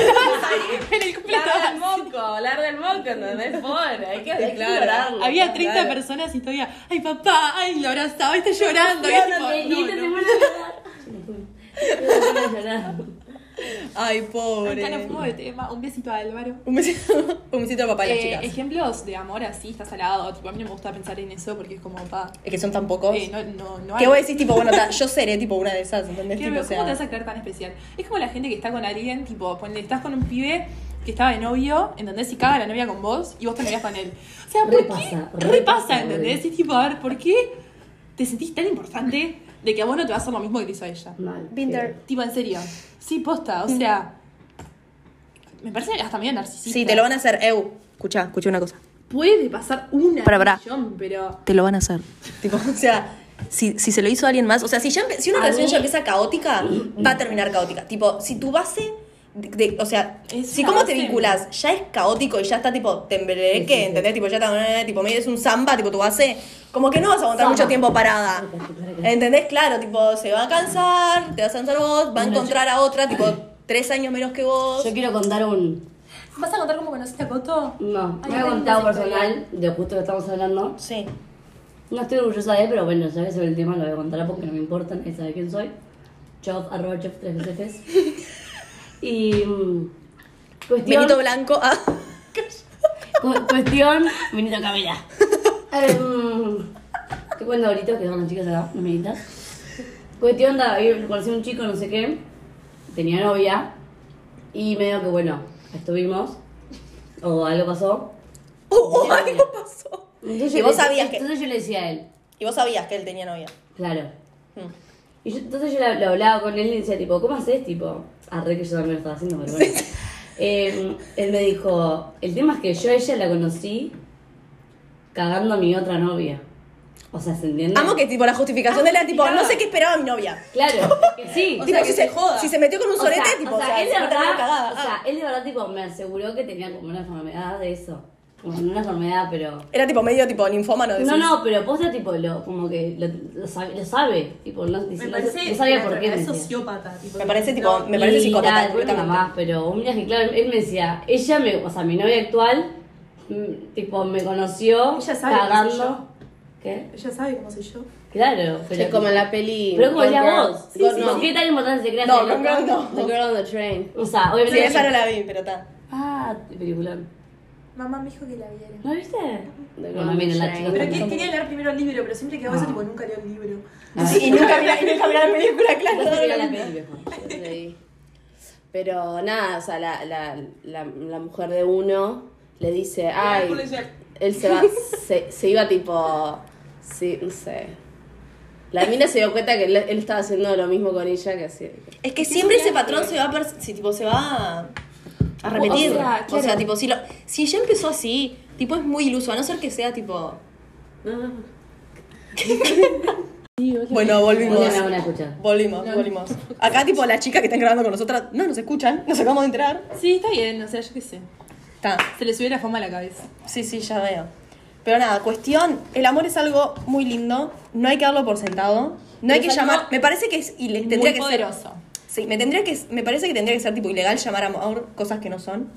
S2: en el cumple
S4: larga
S2: estaba-
S4: el moco, larga el moco, ¿entendés? Pobre, hay que, hay que
S3: Claro.
S4: llorarlo.
S2: Había 30
S4: Claro.
S2: personas y todavía, ay papá, ay, lo abrazaba, está llorando. Y es tipo,
S3: Te
S2: no,
S3: quito,
S2: no.
S3: te voy a llorar. Te voy a llorar.
S1: Ay,
S2: Acá nos
S1: pobre.
S2: fuimos de tema. Un besito a Álvaro.
S1: Un besito, un besito a papá y a las
S2: Eh,
S1: chicas.
S2: ejemplos de amor así, estás al lado. Tipo, a mí no me gusta pensar en eso porque es como, pa.
S1: Es que son tan pocos.
S2: eh, no, no, no
S1: que
S2: hay-
S1: vos decís, tipo, bueno, ta, yo seré tipo una de esas, ¿entendés?
S2: ¿Qué-
S1: Tipo, o
S2: ¿Cómo te vas
S1: sea,
S2: a creer tan especial? Es como la gente que está con alguien, tipo, ponle, estás con un pibe que estaba de novio, ¿entendés? Y caga la novia con vos y vos te mirás con él. O sea, ¿por
S3: Repasa,
S2: qué? Repasa,
S3: repasa,
S2: ¿entendés? Y es tipo, a ver, ¿por qué te sentís tan importante de que a vos no te va a hacer lo mismo que le hizo a ella?
S3: Mal.
S1: Winter.
S2: Tipo, en serio. Sí, posta, o sea. Me parece hasta medio narcisista.
S1: sí, te lo van a hacer. Eu, escucha, escucha una cosa.
S2: Puede pasar una
S1: Pará, pará.
S2: millón, pero.
S1: Te lo van a hacer. Tipo, o sea, si, si se lo hizo a alguien más, o sea, si, ya empe- si una
S3: A
S1: relación
S3: mí-
S1: ya empieza caótica, va a terminar caótica. Tipo, si tu base, de- de- o sea,
S2: Es
S1: si
S2: una
S1: cómo te
S2: base-
S1: vinculas ya es caótico y ya está tipo tembleque,
S3: Sí, sí, sí.
S1: ¿entendés? Tipo, ya está, eh, tipo, medio es un samba, tipo, tu base, como que no vas a aguantar mucho tiempo parada. ¿Entendés? Claro, tipo, se va a cansar, te vas a cansar vos, va a encontrar a otra, tipo, tres años menos que vos.
S3: Yo quiero contar un.
S2: ¿Vas a contar cómo conociste a Coto?
S3: No,
S2: Ay,
S3: me ha
S2: tengo
S3: contado
S2: esa historia.
S3: personal de justo que estamos hablando.
S1: Sí.
S3: No estoy orgullosa de él, pero bueno, ya que sobre el tema lo voy a contar porque no me importa, nadie sabe quién soy. Chof, arroba chof, tres veces. Y. mm, Cuestión.
S1: Benito Blanco. ah.
S3: cu- cuestión. Benito Camila. Em, Te cuento ahorita que son las chicas acá, no me necesitas. Cuestión, da, yo conocí a un chico, no sé qué. Tenía novia. Y medio que bueno, estuvimos. O algo pasó.
S1: Uh, uh, algo pasó.
S3: Entonces
S1: Y
S3: yo
S1: vos
S3: le-
S1: sabías que-
S3: Entonces yo le decía a él,
S1: Y vos sabías que él tenía novia.
S3: claro.
S1: Mm.
S3: Y yo- entonces yo le, le hablaba con él y le decía, tipo, ¿cómo haces? Tipo, arre que yo también lo estaba haciendo, pero bueno. Eh, él me dijo, el tema es que yo a ella la conocí cagando a mi otra novia. O sea, ¿se entiende?
S1: Amo que tipo la justificación de la tipo,
S2: justificaba.
S1: no sé qué esperaba mi novia.
S3: Claro, que sí.
S1: Tipo,
S2: sea,
S1: si
S2: que se joda.
S1: Si se metió con un
S3: O sea,
S1: sorete, tipo,
S3: o sea, él de
S1: se metió con una
S3: verdad,
S1: cagada.
S3: o
S1: Ah.
S3: sea, él de verdad, tipo, me aseguró que tenía como una enfermedad de eso. Como una enfermedad, pero...
S1: era tipo medio tipo ninfómano. decís.
S3: No, no, pero posta tipo lo, como que lo, lo sabe, lo sabe, tipo, no, dice,
S2: Me
S3: no-
S2: parece.
S3: no sabía por
S2: me
S3: qué.
S2: parece
S3: decía.
S2: sociópata. tipo,
S1: Me parece tipo,
S2: no.
S1: me parece
S3: Y
S1: psicópata
S3: tal, bueno,
S1: completamente.
S3: más, pero un día que claro, él me decía, ella me, o sea, mi novia actual, mm, tipo, me conoció
S2: Ella sabe que soy yo.
S3: cagando. ¿Qué?
S2: Ella sabe cómo soy yo.
S3: Claro, pero.
S4: Es como en la peli.
S3: Pero como
S4: Gone
S3: decía
S4: Girl.
S3: vos,
S4: Gone- no.
S3: ¿por qué tan importante se crea
S1: No,
S3: el
S1: Gone
S3: otro?
S1: Girl no.
S4: The Girl on the Train.
S3: O sea,
S1: Sí,
S3: obviamente.
S1: esa no la vi, pero está.
S3: Ah, peliculón.
S2: Mamá me dijo que la viera.
S3: ¿No viste?
S4: The Girl
S3: Bueno,
S4: on the
S3: miren, la
S4: Train.
S3: chica
S2: Pero que,
S3: también.
S2: quería leer primero el libro, pero siempre que hago eso, tipo, nunca leo el libro.
S3: Ah.
S1: Sí, y nunca vi la, y nunca vi la película, claro.
S3: No se crea la
S1: no, no.
S3: peli, viejo.
S4: Sí. Pero nada, o sea, la, la, la, la mujer de uno le dice, ay, él se va, se, se iba tipo, sí, no sé. La mina se dio cuenta que él, él estaba haciendo lo mismo con ella que así.
S1: Es que siempre ese patrón se va a, pers- sí, tipo, se va a repetir.
S2: O
S1: O
S2: sea,
S1: sea,
S2: claro.
S1: tipo, si, lo, si ya empezó así, tipo, es muy iluso, a no ser que sea tipo. Bueno,
S3: Una me
S1: volvimos.
S3: van a escuchar.
S1: Volvimos, volvimos. Acá, tipo, las chicas que están grabando con nosotras no nos escuchan, nos acabamos de entrar.
S2: Sí, está bien, o sea, yo qué sé.
S1: Está.
S2: Se le subió la fama a la cabeza.
S1: Sí, sí, ya veo. Pero nada, cuestión, el amor es algo muy lindo, no hay que darlo por sentado, no hay
S2: Es
S1: que
S2: algo
S1: llamar, me parece que es ile- tendría
S2: Muy
S1: que ser-
S2: poderoso.
S1: sí, me tendría que me parece que tendría que ser tipo ilegal llamar amor cosas que no son.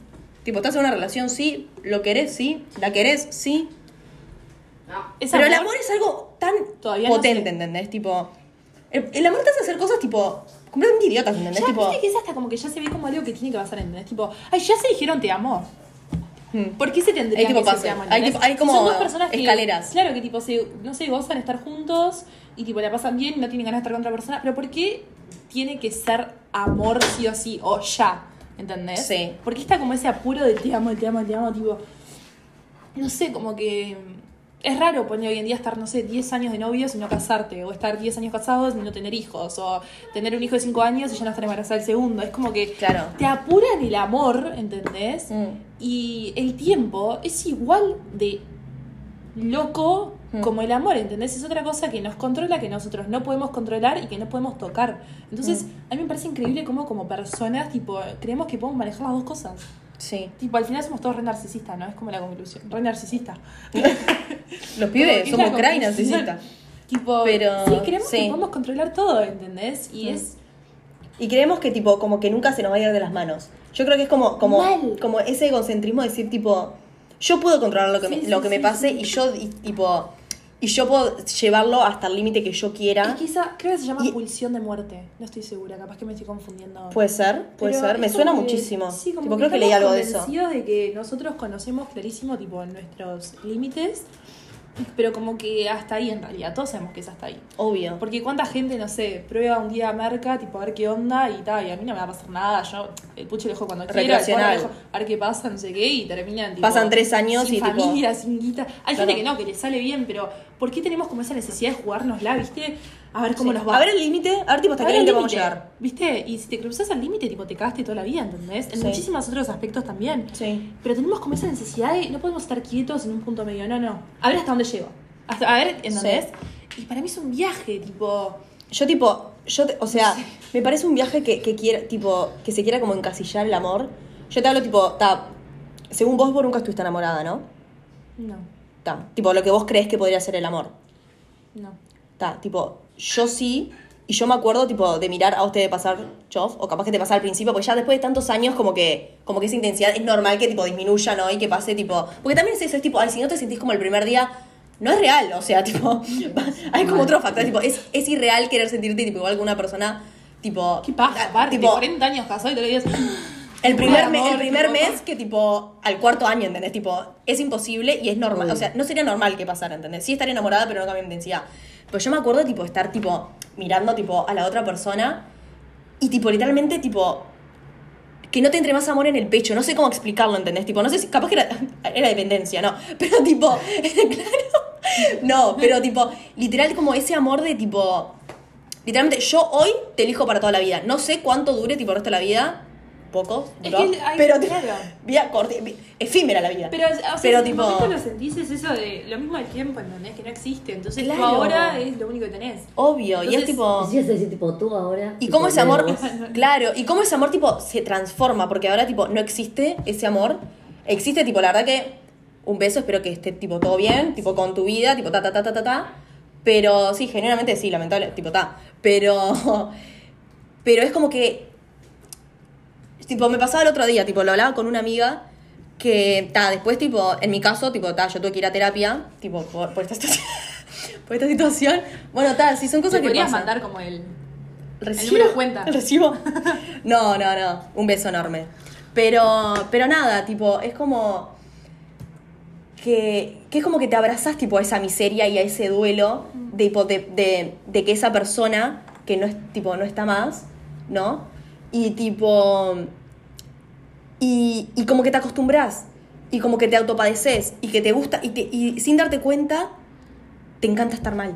S1: Tipo, estás en una relación, sí, lo querés, sí, la querés, sí.
S2: Es
S1: pero el amor es algo tan
S2: Todavía no
S1: potente,
S2: sé.
S1: ¿entendés? Tipo, el, el amor te hace hacer cosas tipo completamente idiotas, ¿entendés?
S2: Ya,
S1: tipo,
S2: viste que es hasta como que ya se ve como algo que tiene que pasar, ¿entendés? Tipo, ay, ya se dijeron te amo.
S1: hmm.
S2: ¿Por qué se tendría
S1: Hay
S2: que
S1: tipo
S2: decir
S1: pasos,
S2: te amo,
S1: hay
S2: ¿entendés?
S1: tipo- hay como
S2: Son dos personas que,
S1: escaleras.
S2: Claro, que tipo, se, no sé, gozan estar juntos y tipo la pasan bien y no tienen ganas de estar con otra persona. Pero ¿por qué tiene que ser amor sí o sí o ya? ¿Entendés?
S1: Sí.
S2: ¿Por qué está como ese apuro de te amo, te amo, te amo? Tipo, no sé, como que... Es raro poner hoy en día estar, no sé, 10 años de novios y no casarte, o estar 10 años casados y no tener hijos, o tener un hijo de 5 años y ya no estar embarazada el segundo. Es como que
S1: Claro.
S2: te apuran el amor, ¿entendés?
S1: Mm.
S2: Y el tiempo es igual de loco
S1: Mm.
S2: como el amor, ¿entendés? Es otra cosa que nos controla, que nosotros no podemos controlar y que no podemos tocar. Entonces,
S1: Hmm.
S2: a mí me parece increíble cómo como personas, tipo, creemos que podemos manejar las dos cosas.
S1: Sí.
S2: Tipo, al final somos todos re narcisistas, ¿no? Es como la conclusión, re narcisista.
S1: Los pibes
S2: Es
S1: somos
S2: la
S1: cray
S2: conclusión.
S1: narcisistas.
S2: Tipo,
S1: Pero-
S2: sí, creemos
S1: sí. Hmm.
S2: que podemos controlar todo, ¿entendés? Y es...
S1: Y creemos que tipo, como que nunca se nos va a ir de las manos. Yo creo que es como, como,
S2: Mal.
S1: como ese egocentrismo de decir tipo, yo puedo controlar lo que,
S2: Sí,
S1: me,
S2: sí,
S1: lo que me
S2: sí,
S1: pase
S2: sí.
S1: y yo y, tipo, y yo puedo llevarlo hasta el límite que yo quiera.
S2: quizá, creo que se llama
S1: Y-
S2: pulsión de muerte. No estoy segura, capaz que me estoy confundiendo. ahora.
S1: Puede ser, puede
S2: Pero
S1: ser. Me
S2: es
S1: suena
S2: como que-
S1: muchísimo.
S2: Sí, como
S1: Tipo,
S2: que
S1: creo que leí algo de eso.
S2: convencidos de que nosotros conocemos clarísimo tipo nuestros límites, pero como que hasta ahí en realidad, todos sabemos que es hasta ahí.
S1: Obvio.
S2: Porque cuánta gente, no sé, prueba un día marca, tipo a ver qué onda y tal, y a mí no me va a pasar nada, yo el pucho lo dejo cuando quiera, el porro lo
S1: Recreacional.
S2: dejo, a ver qué pasa, no sé qué, y terminan tipo,
S1: Pasan tres años
S2: sin
S1: y, tipo-
S2: familia, sin guita. Hay
S1: Claro.
S2: gente que no, que le sale bien, pero ¿por qué tenemos como esa necesidad de jugárnosla, viste? A ver cómo nos va.
S1: A ver el límite, a ver tipo hasta
S2: Ahora
S1: qué
S2: el
S1: límite vamos a
S2: límite,
S1: llegar.
S2: ¿Viste? Y si te cruzas al límite, tipo, te cagaste toda la vida, ¿entendés? En
S1: Sí.
S2: muchísimos otros aspectos también.
S1: Sí.
S2: Pero tenemos como esa necesidad de no podemos estar quietos en un punto medio, no, no. A ver hasta dónde llego. Hasta, a ver, ¿entendés? Y para mí es un viaje, tipo.
S1: Yo tipo, yo te- o sea, me parece un viaje que, que quiera, tipo, que se quiera como encasillar el amor. Yo te hablo tipo, ta, según vos vos nunca estuviste enamorada, ¿no?
S2: No,
S1: Ta, tipo lo que vos crees que podría ser el amor.
S2: no.
S1: Ta, tipo, yo sí, y yo me acuerdo, tipo, de mirar a usted de pasar chof, o capaz que te pasa al principio, porque ya después de tantos años, como que, como que esa intensidad es normal que, tipo, disminuya, ¿no? Y que pase, tipo, porque también es eso, es tipo, ay, si no te sentís como el primer día, no es real, o sea, tipo, hay como otro factor, tipo, es, es irreal querer sentirte, tipo, igual que una persona, tipo,
S2: ¿Qué paja?
S1: ah,
S2: Barbie,
S1: tipo,
S2: 40 años casado y te lo dices.
S1: el primer,
S2: Amor,
S1: me- el primer
S2: tipo,
S1: mes que tipo al cuarto año, ¿entendés? Tipo, es imposible y es normal. O sea, no sería normal que pasara, ¿entendés? Sí estar enamorada, pero no cambia mi intensidad. Pero yo me acuerdo tipo estar tipo mirando tipo a la otra persona y tipo literalmente tipo que no te entre más amor en el pecho, no sé cómo explicarlo, ¿entendés? Tipo, no sé si capaz que era, era dependencia, no, pero tipo, claro, no, pero tipo, literal como ese amor de tipo, literalmente yo hoy te elijo para toda la vida, no sé cuánto dure tipo el resto de la vida, poco,
S2: Es
S1: duró,
S2: que hay-
S1: pero tipo,
S2: claro.
S1: vida corta, vi- efímera la vida,
S2: Pero, o sea,
S1: Pero,
S2: en el
S1: tipo-
S2: momento lo sentís es eso de lo mismo del tiempo, ¿entendés? Que no existe. Entonces, tú
S1: Claro.
S2: ahora es lo único que tenés.
S1: obvio, y es
S2: Entonces,
S1: tipo...
S3: Decías decir tipo tú ahora.
S1: Y
S3: tipo,
S1: cómo ese
S3: no,
S1: amor,
S3: vos.
S1: claro, y cómo ese amor tipo se transforma, porque ahora tipo no existe ese amor, existe tipo la verdad que un beso, espero que esté tipo todo bien, tipo con tu vida, tipo ta ta ta ta ta ta, pero sí, generalmente sí, lamentable, tipo ta, pero pero es como que tipo me pasaba el otro día, tipo lo hablaba con una amiga que ta, después tipo en mi caso, tipo ta, yo tuve que ir a terapia, tipo por, por esta situación. Por esta situación. Bueno, ta, sí, son
S2: Te
S1: cosas que
S2: podrías
S1: pasan.
S2: mandar como el.
S1: ¿Recibo?
S2: número de cuenta.
S1: ¿El recibo? No, no, no. Un beso enorme. Pero, pero nada, tipo, es como. Que, que es como que te abrazás tipo a esa miseria y a ese duelo de, tipo, de, de- de que esa persona que no es tipo no está más, ¿no? Y tipo. Y, y como que te acostumbras. Y como que te autopadeces. Y que te gusta. Y, te- y sin darte cuenta, te encanta estar mal.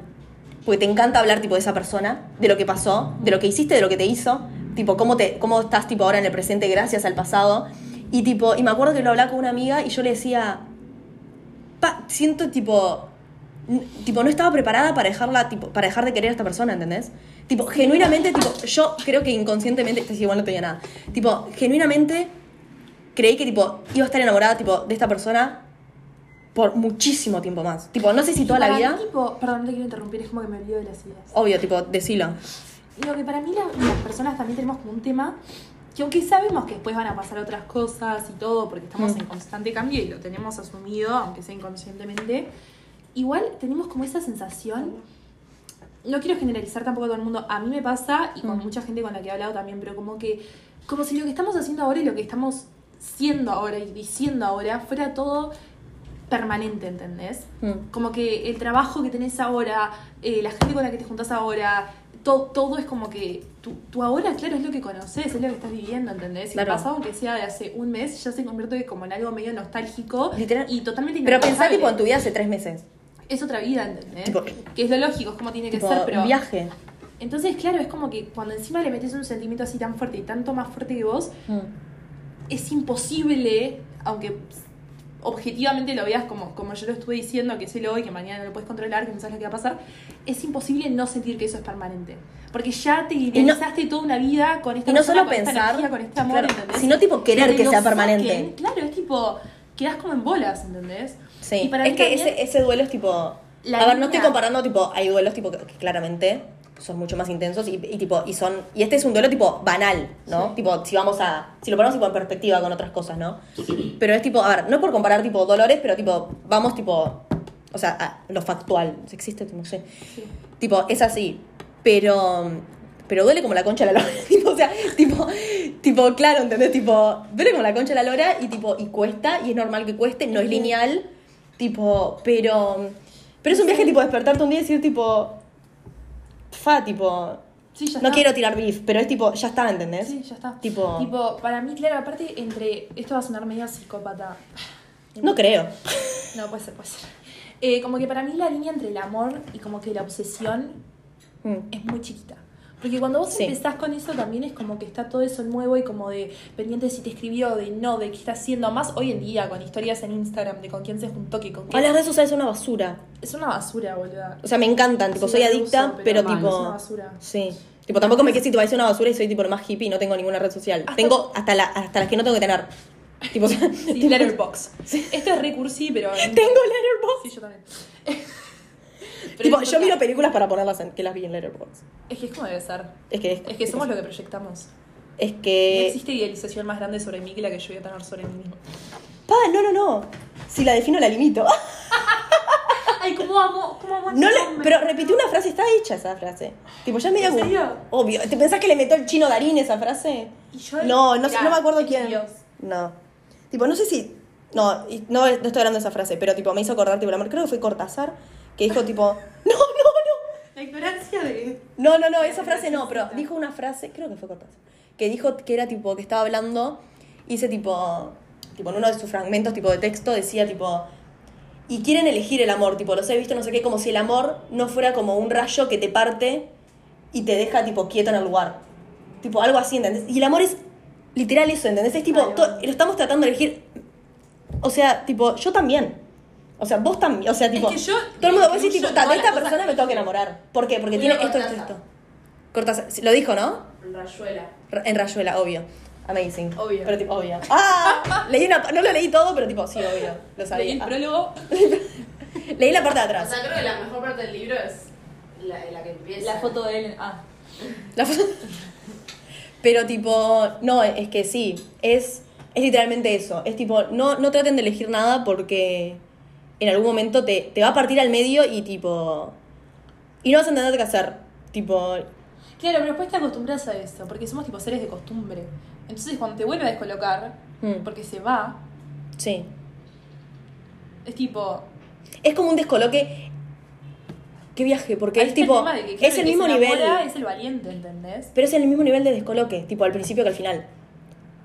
S1: Porque te encanta hablar tipo de esa persona, de lo que pasó, de lo que hiciste, de lo que te hizo, tipo cómo te cómo estás tipo ahora en el presente gracias al pasado y tipo y me acuerdo que lo hablaba con una amiga y yo le decía pa, siento tipo n- tipo no estaba preparada para dejarla tipo para dejar de querer a esta persona ¿entendés? tipo genuinamente tipo yo creo que inconscientemente sí, igual no tenía nada tipo genuinamente creí que tipo iba a estar enamorada tipo de esta persona por muchísimo tiempo más tipo no sé si toda la
S2: Para
S1: vida
S2: mí, tipo, perdón, no te quiero interrumpir, es como que me olvido de las ideas.
S1: Obvio, tipo, decilo.
S2: Lo que para mí la- las personas también tenemos como un tema que aunque sabemos que después van a pasar otras cosas y todo, porque estamos
S1: Mm.
S2: en constante cambio y lo tenemos asumido, aunque sea inconscientemente, igual tenemos como esa sensación, no quiero generalizar tampoco a todo el mundo, a mí me pasa y con
S1: Mm.
S2: mucha gente con la que he hablado también, pero como que, como si lo que estamos haciendo ahora y lo que estamos siendo ahora y diciendo ahora fuera todo permanente, ¿entendés?
S1: Mm.
S2: Como que el trabajo que tenés ahora, eh, la gente con la que te juntás ahora, to- todo es como que tu, tu ahora, claro, es lo que conoces, es lo que estás viviendo, ¿entendés? Y
S1: Claro.
S2: el pasado, aunque sea de hace un mes, ya se convierte como en algo medio nostálgico
S1: Literal.
S2: y totalmente
S1: Pero pensá,
S2: inalcanzable.
S1: tipo, en tu vida hace tres meses.
S2: Es otra vida, ¿entendés?
S1: Tipo-
S2: que es lo lógico, es como tiene que
S1: Tipo,
S2: ser, pero...
S1: un viaje.
S2: Entonces, claro, es como que cuando encima le metes un sentimiento así tan fuerte y tanto más fuerte que vos,
S1: Mm.
S2: es imposible, aunque objetivamente lo veas como, como yo lo estuve diciendo, que es el hoy, que mañana no lo puedes controlar, que no sabes lo que va a pasar, es imposible no sentir que eso es permanente. Porque ya te idealizaste toda una vida con esta
S1: Y no
S2: persona,
S1: solo
S2: con esta
S1: pensar,
S2: energía, con este amor,
S1: claro,
S2: ¿entendés?
S1: sino tipo querer
S2: te
S1: que
S2: lo
S1: sea permanente.
S2: saquen, claro, es tipo, quedas como en bolas, ¿entendés?
S1: Sí.
S2: Y para
S1: es
S2: mí
S1: que
S2: también-
S1: ese, eh, ese duelo es tipo.
S2: La
S1: a ver, no
S2: línea-
S1: estoy comparando, tipo, hay duelos tipo que, que claramente son mucho más intensos y, y, tipo, y son. Y este es un duelo tipo banal, ¿no? Tipo, si vamos a. Si lo ponemos tipo en perspectiva con otras cosas, ¿no? Pero es tipo, a ver, no es por comparar tipo dolores, pero tipo, vamos tipo O sea, a lo factual. Si existe, no sé. Tipo, es así. Pero. Pero duele como la concha de la lora. Tipo, o sea, tipo, tipo, claro, ¿entendés? Tipo, duele como la concha de la lora y tipo, y cuesta, y es normal que cueste, no es lineal. Tipo, pero. Pero es un viaje tipo despertarte un día y decir tipo. Fa, tipo.
S2: Sí, ya
S1: no
S2: está.
S1: quiero tirar beef, pero es tipo, ya está, ¿entendés?
S2: Sí, ya está.
S1: Tipo-
S2: Tipo, para mí, claro, aparte, entre. Esto va a sonar medio psicópata.
S1: No creo.
S2: No, puede ser, puede ser. Eh, como que para mí la línea entre el amor y como que la obsesión
S1: Mm.
S2: es muy chiquita. Porque cuando vos
S1: Sí.
S2: empezás con eso también es como que está todo eso nuevo y como de pendiente de si te escribió, de no, de qué está haciendo. Más hoy en día con historias en Instagram de con quién se juntó, que con
S1: A
S2: quién.
S1: Ah, las redes sociales son una basura.
S2: Es una basura, boluda.
S1: O sea, me encantan, tipo,
S2: Sí,
S1: soy
S2: la
S1: adicta,
S2: uso,
S1: pero,
S2: pero mal,
S1: tipo.
S2: es una basura.
S1: Sí. Tipo, tampoco me quedé si te parece una basura y soy tipo el más hippie y no tengo ninguna red social.
S2: Hasta-
S1: Tengo hasta, la, hasta las que no tengo que tener. Tipo, o sea,
S2: Sí,
S1: tipo-
S2: Letterboxd. Esto es recursivo, pero.
S1: Tengo Letterboxd.
S2: Sí, yo también. Pero
S1: tipo,
S2: no
S1: yo
S2: importa.
S1: miro películas para ponerlas en, que las vi en Letterboxd.
S2: Es que es como debe ser.
S1: Es que es,
S2: Es que somos lo que proyectamos.
S1: es
S2: No
S1: que.
S2: existe idealización más grande sobre mí que la que yo voy a tener sobre mí mismo.
S1: Pa, no, no, no. Si la defino, la limito.
S2: Ay, cómo amo, cómo amo a
S1: No
S2: este
S1: le-
S2: hombre.
S1: pero repetí una frase, está hecha esa frase. Tipo, ya es medio
S2: ¿En
S1: como-
S2: serio?
S1: Obvio. ¿Te pensás que le metió el chino Darín esa frase?
S2: Y yo-
S1: no, no, sé-
S2: Mirá,
S1: no me acuerdo
S2: es
S1: quién.
S2: Dios.
S1: No. Tipo, no sé si. No, y- no, no estoy hablando de esa frase, pero tipo, me hizo acordar, tipo, la mar- creo que fue Cortázar, que dijo tipo. No, no,
S2: La ignorancia de...
S1: no. No, no, no, esa frase no, pero dijo una frase, creo que fue Cortázar, que dijo que era tipo, que estaba hablando, y hice tipo. Tipo, en uno de sus fragmentos tipo de texto decía tipo y quieren elegir el amor, tipo, los he visto, no sé qué, como si el amor no fuera como un rayo que te parte y te deja, tipo, quieto en el lugar. Tipo, algo así, ¿entendés? Y el amor es literal eso, ¿entendés? Es tipo,
S2: Claro.
S1: to- lo estamos tratando de elegir. O sea, tipo, yo también. O sea, vos también. O sea, tipo,
S2: que yo-
S1: todo el mundo va a decir,
S2: yo-
S1: tipo, "Ta, de
S2: todas las
S1: esta
S2: cosas
S1: persona
S2: que
S1: me tengo que enamorar. ¿Por qué? Porque
S4: Julio
S1: tiene esto, esto, esto.
S4: Cortázar.
S1: Cortázar, lo dijo, ¿no?
S4: Rayuela.
S1: Ra- En Rayuela, obio. Amazing.
S4: Obvio.
S1: Pero tipo, obvio. ¡Ah! Leí una. pa- No lo leí todo, pero tipo, sí, obvio. Lo sabía.
S2: Leí el
S1: Ah.
S2: prólogo.
S1: Leí la parte de
S4: O
S1: atrás.
S4: sea, creo que la mejor parte del libro es la, la que empieza.
S2: La foto de él. Ah.
S1: La foto- Pero tipo, no, es que sí, es, es literalmente eso. Es tipo, no, no traten de elegir nada porque en algún momento te, te va a partir al medio y tipo... Y no vas a entender qué hacer. Tipo,
S2: Claro, pero después te acostumbras a eso, porque somos tipo seres de costumbre. Entonces cuando te vuelve a descolocar,
S1: Mm.
S2: porque se va,
S1: sí.
S2: es tipo...
S1: Es como un descoloque... ¿Qué viaje? Porque
S2: ahí
S1: es
S2: está el
S1: tipo...
S2: tema de que, claro,
S1: es el
S2: que
S1: mismo
S2: se
S1: nivel.
S2: enamora Es el valiente, ¿entendés?
S1: Pero es el mismo nivel de descoloque, tipo al principio que al final.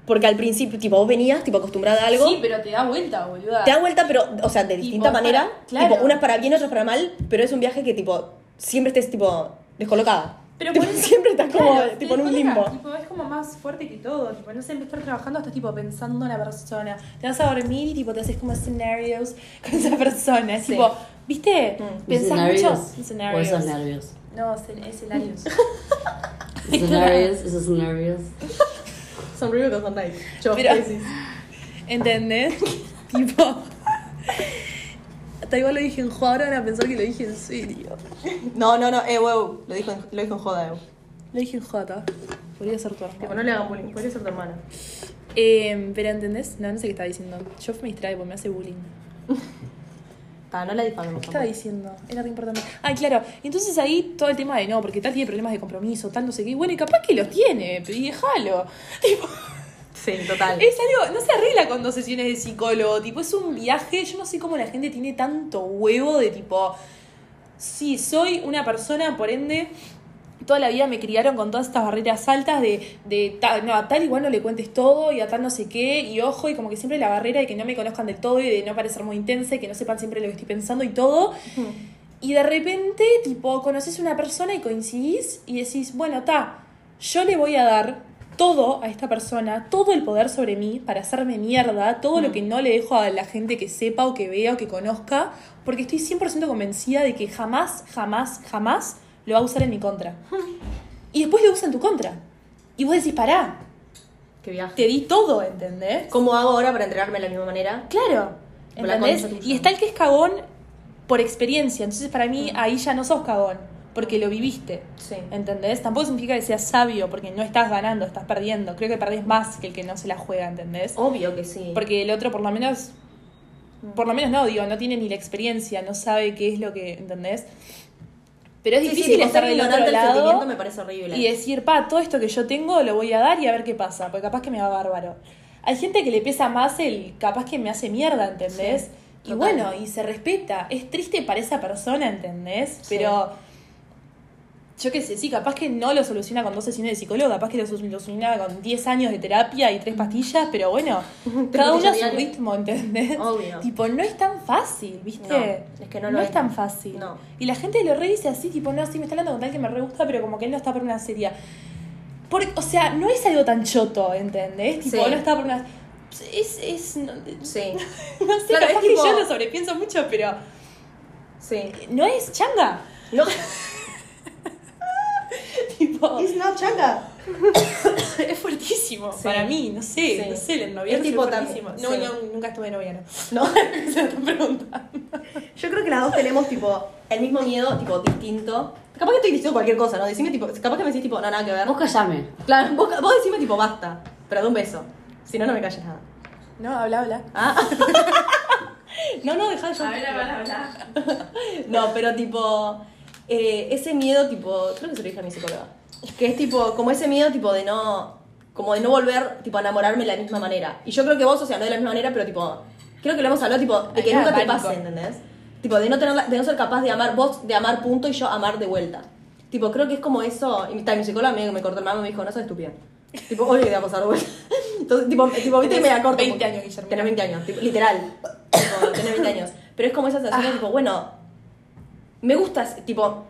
S1: Porque al principio, tipo, vos venías, tipo, acostumbrada a algo.
S2: Sí, pero te da vuelta, boluda.
S1: Te da vuelta, pero, o sea, de
S2: Tipo,
S1: distinta
S2: para-
S1: manera.
S2: claro.
S1: Tipo, unas para bien, otras para mal, pero es un viaje que, tipo, siempre estés, tipo, descolocada.
S2: Pero
S1: Tipo,
S2: por eso-
S1: siempre estás como,
S2: claro, te
S1: tipo, en un
S2: desconecta,
S1: limbo.
S2: tipo, es como más fuerte que todo. Tipo, no sé, en vez de estar trabajando, estás tipo pensando en la persona. Te vas a dormir y tipo te haces como escenarios con esa persona. Es
S1: Sí.
S2: tipo, ¿viste? Pensás mucho.
S3: O esos
S2: Escenarios.
S3: nervios.
S2: No, escen- escenarios.
S3: Escenarios, esos nervios.
S2: Son ruido con Sondheim. Yo,
S1: Pero-
S2: tesis. ¿Entendés? tipo. Hasta igual lo dije en joda, ahora van a pensar que lo dije en serio.
S1: No, no, no, eh, wow, lo dijo, en- lo dijo en joda, eh.
S2: Lo dije en joda. Podría ser tu hermana.
S1: le hagan bullying, podría ser tu hermana.
S2: Eh, pero ¿entendés? No, no sé qué estaba diciendo. Yo me distrae porque pues me hace bullying.
S1: Ah, no la difamemos.
S2: ¿Qué estaba diciendo? Era tan importante. Ah, claro. Entonces ahí todo el tema de no, porque tal tiene problemas de compromiso, tal no sé qué. Bueno, y capaz que los tiene, pero y déjalo. Tipo,
S1: Sí, total.
S2: es algo, no se arregla con dos sesiones de psicólogo. Tipo, es un viaje. Yo no sé cómo la gente tiene tanto huevo de tipo. Sí, soy una persona, por ende. Toda la vida me criaron con todas estas barreras altas de, de ta- no, a tal igual no le cuentes todo y a tal no sé qué, y ojo, y como que siempre la barrera de que no me conozcan del todo y de no parecer muy intensa y que no sepan siempre lo que estoy pensando y todo. Y de repente, tipo, conoces una persona y coincidís y decís, bueno, ta, yo le voy a dar todo a esta persona, todo el poder sobre mí para hacerme mierda, todo lo que no le dejo a la gente que sepa o que vea o que conozca, porque estoy 100% convencida de que jamás, jamás, jamás lo va a usar en mi contra. Y después lo usa en tu contra. Y vos decís, pará,
S1: Qué viaje.
S2: te di todo, ¿entendés?
S1: ¿Cómo hago ahora para entrenarme de la misma manera?
S2: Claro.
S1: Con la
S2: ¿Entendés?
S1: concha tuya.
S2: Y está el que es cagón por experiencia. Entonces, para mí, ahí ya no sos cagón. Porque lo viviste.
S1: Mm. Sí.
S2: ¿Entendés? Tampoco significa que seas sabio. Porque no estás ganando, estás perdiendo. Creo que perdés más que el que no se la juega, ¿entendés?
S1: Obvio que sí.
S2: Porque el otro, por lo menos. por lo menos no, digo, no tiene ni la experiencia, no sabe qué es lo que, ¿entendés? Pero es
S1: Sí, sí,
S2: difícil
S1: tipo,
S2: estar
S1: ser
S2: del
S1: ignorante
S2: otro
S1: del
S2: lado
S1: sentimiento me parece horrible.
S2: y decir, pa, todo esto que yo tengo lo voy a dar y a ver qué pasa, porque capaz que me va bárbaro. Hay gente que le pesa más el capaz que me hace mierda, ¿entendés? y
S1: total.
S2: bueno, y se respeta. Es triste para esa persona, ¿entendés? Pero yo qué sé, sí, capaz que no lo soluciona con dos sesiones de psicólogo, capaz que lo solu- lo soluciona con 10 años de terapia y tres pastillas, pero bueno, cada uno a su
S1: diario.
S2: ritmo, ¿entendés?
S1: Obvio.
S2: Tipo, no es tan fácil, ¿viste?
S1: No, es que no lo
S2: es
S1: es.
S2: tan fácil.
S1: No.
S2: Y la gente lo re dice así, tipo, no, sí, me está hablando con tal que me re gusta, pero como que él no está por una serie. Por, o sea, no es algo tan choto, ¿entendés? Tipo,
S1: Sí.
S2: no está por una... Es, es, no,
S1: Sí,
S2: no sé,
S1: Claro,
S2: capaz
S1: es
S2: que
S1: tipo-
S2: yo lo sobrepienso mucho, pero
S1: sí.
S2: no es changa.
S1: No.
S2: Tipo,
S1: It's not changa.
S2: es fuertísimo
S1: Sí.
S2: para mí, no sé,
S1: Sí.
S2: no sé, el
S1: Es
S2: noviazgo es
S1: tipo
S2: fuertísimo.
S1: tan-
S2: No,
S1: sí.
S2: no, nunca estuve de novia, no.
S1: No.
S2: Se lo están preguntando.
S1: Yo creo que las dos tenemos, tipo, el mismo miedo, tipo, distinto. Capaz que estoy diciendo cualquier cosa, ¿no? Decime, tipo, capaz que me decís, tipo, no, nada que ver.
S3: Vos callame.
S1: Claro, vos, vos decime, tipo, basta, pero de un beso. Si no, no me calles nada.
S2: No, habla, habla.
S1: Ah. no, no, dejá yo. No, pero tipo, eh, ese miedo, tipo, creo que se lo dije a mi psicóloga. Que es tipo, como ese miedo, tipo, de no, como de no volver, tipo, a enamorarme de la misma manera. Y yo creo que vos, o sea, no de la misma manera, pero tipo, creo que lo hemos hablado, tipo, de
S2: Ay,
S1: que
S2: nada,
S1: nunca te
S2: pánico.
S1: pase, ¿entendés? Tipo, de no, tener, la- de no ser capaz de amar vos, de amar punto y yo amar de vuelta. Tipo, creo que es como eso. Y mi, tal, mi psicóloga medio que me cortó el mano y me dijo, no seas estúpida. Tipo, obvio que te va a pasar de vuelta. Entonces, tipo, tipo viste, me
S2: Tenés
S1: la corto.
S2: 20
S1: porque-
S2: años, Guillermo.
S1: Tenés 20 años, tipo, literal. tipo, tenés 20 años. Pero es como esa
S2: Ah.
S1: sensación, de, tipo, bueno, me gusta, tipo,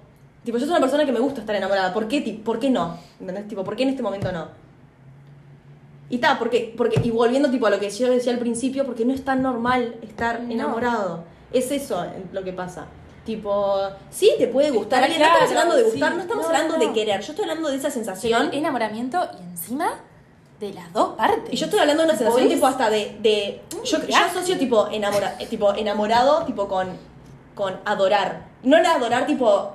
S1: tipo, yo soy una persona que me gusta estar enamorada. ¿Por qué, ti- por qué no? ¿Entendés? Tipo, ¿por qué en este momento no? Y ta, porque, porque, y volviendo tipo a lo que yo decía al principio, porque no es tan normal estar
S2: No.
S1: enamorado. Es eso eh, lo que pasa. Tipo, sí, te puede gustar. alguien. No
S2: claro,
S1: estamos hablando de
S2: sí.
S1: gustar, no estamos
S2: No,
S1: hablando
S2: no.
S1: de querer. Yo estoy hablando de esa sensación.
S2: Enamoramiento y encima de las dos partes.
S1: Y yo estoy hablando de una sensación
S2: ¿Podés?
S1: tipo hasta de. de yo, yo asocio tipo, enamora, eh, tipo enamorado tipo con, con adorar. No el adorar tipo.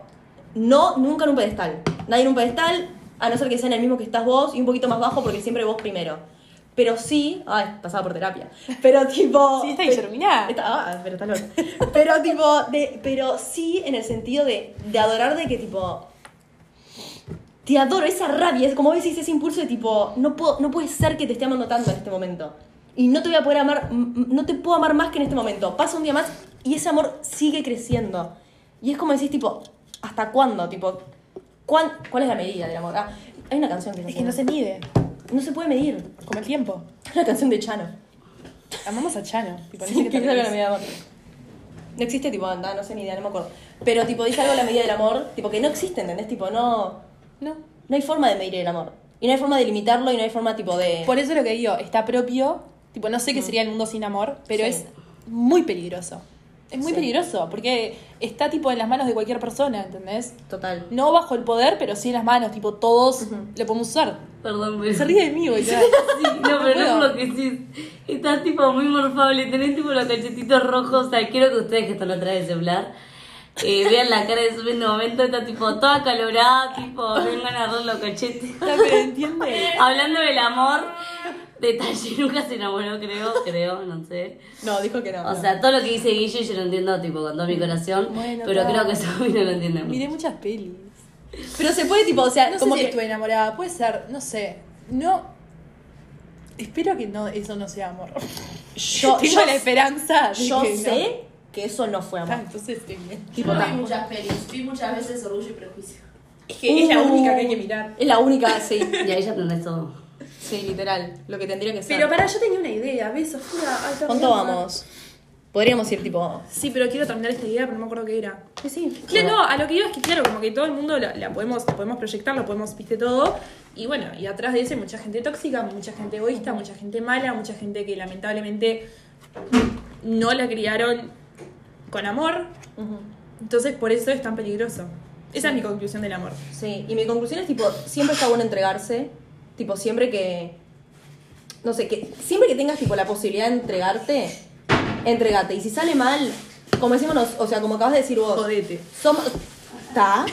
S1: No, nunca en un pedestal. Nadie en un pedestal, a no ser que sea en el mismo que estás vos y un poquito más bajo porque siempre vos primero. Pero sí. Ay, pasaba por terapia. Pero tipo.
S2: Sí, está
S1: pero-
S2: Guillermina.
S1: Está- ah, pero está loca. Pero tipo. De, pero sí en el sentido de, de adorar de que tipo te adoro, esa rabia, es como vos decís, ese impulso de tipo, no, puedo, no puede ser que te esté amando tanto en este momento. Y no te voy a poder amar, m- m- no te puedo amar más que en este momento. Pasa un día más y ese amor sigue creciendo. Y es como decís, tipo, ¿hasta cuándo? Tipo, ¿cuán- ¿cuál es la medida del amor? Ah, hay una canción que,
S2: Es que no se mide,
S1: no se puede medir.
S2: como el tiempo.
S1: Es una canción de Chano.
S2: Amamos a Chano. tipo,
S1: Sí,
S2: no sé
S1: que
S2: qué te
S1: dice algo de la
S2: parece.
S1: medida del amor. No existe tipo, anda, no sé ni idea, no me acuerdo. Pero tipo, dice algo de la medida del amor, tipo, que no existe, ¿entendés? Tipo, no...
S2: No.
S1: No hay forma de medir el amor. Y no hay forma de limitarlo y no hay forma tipo de...
S2: Por eso lo que digo, está propio. Tipo, no sé qué sería el mundo sin amor, pero
S1: Sí.
S2: es muy peligroso. Es muy peligroso, porque está tipo en las manos de cualquier persona, ¿entendés?
S1: Total.
S2: No bajo el poder, pero sí en las manos, tipo, todos lo podemos usar.
S3: Perdón, pero...
S2: Se ríe de mí, boludo.
S3: Sí, no, pero no
S2: puedo.
S3: por lo que sí. Estás tipo muy morfable, tenés tipo los cachetitos rojos. O sea, quiero que ustedes que están atrás del celular eh, vean la cara de su en este momento. Está tipo toda calorada, tipo, vengan a ver los cachetes.
S2: No, pero entiende.
S3: Hablando del amor, detalle, nunca se enamoró, creo, creo, no sé.
S1: No, dijo que no.
S3: O
S1: no.
S3: sea, todo lo que dice Guille yo lo entiendo tipo con todo mi corazón,
S2: Bueno,
S3: pero
S2: claro.
S3: creo que Sofi no lo entiende mucho.
S2: Miré muchas pelis.
S1: pero se puede tipo, o sea,
S2: No sé
S1: como
S2: si
S1: que...
S2: estuve enamorada, puede ser, no sé. No. Espero que no, eso no sea amor.
S1: Yo,
S2: Tengo
S1: yo,
S2: la esperanza. de
S1: yo
S2: que no.
S1: sé que eso no fue
S2: Ah,
S1: amor.
S2: entonces estoy bien.
S1: Tipo,
S4: no vi
S1: ta.
S4: muchas pelis, vi muchas veces Orgullo y Prejuicio.
S2: Es que es la única que hay que mirar.
S1: Uh, Es la única, sí.
S3: Y ahí ya entendés todo.
S1: Sí, literal. Lo que tendría que ser.
S2: Pero para yo tenía una idea, ¿ves? Oscura. Ay, está
S1: ¿Cuánto
S2: bien,
S1: vamos? Podríamos ir tipo...
S2: Sí, pero quiero terminar esta idea, pero no me acuerdo qué era.
S1: Sí, sí.
S2: Claro, no, a lo que iba es que, claro, como que todo el mundo la, la podemos, la podemos proyectar, lo podemos, viste todo. Y bueno, y atrás de eso hay mucha gente tóxica, mucha gente egoísta, mucha gente mala, mucha gente que lamentablemente no la criaron con amor. Entonces, por eso es tan peligroso. Esa es mi conclusión del amor.
S1: Sí, y mi conclusión es tipo, siempre está bueno entregarse, tipo, siempre que, no sé, que siempre que tengas tipo la posibilidad de entregarte, entregate. Y si sale mal, como decimos, nos- o sea, como acabas de decir vos,
S2: Jodete.
S1: somos... ¿Está?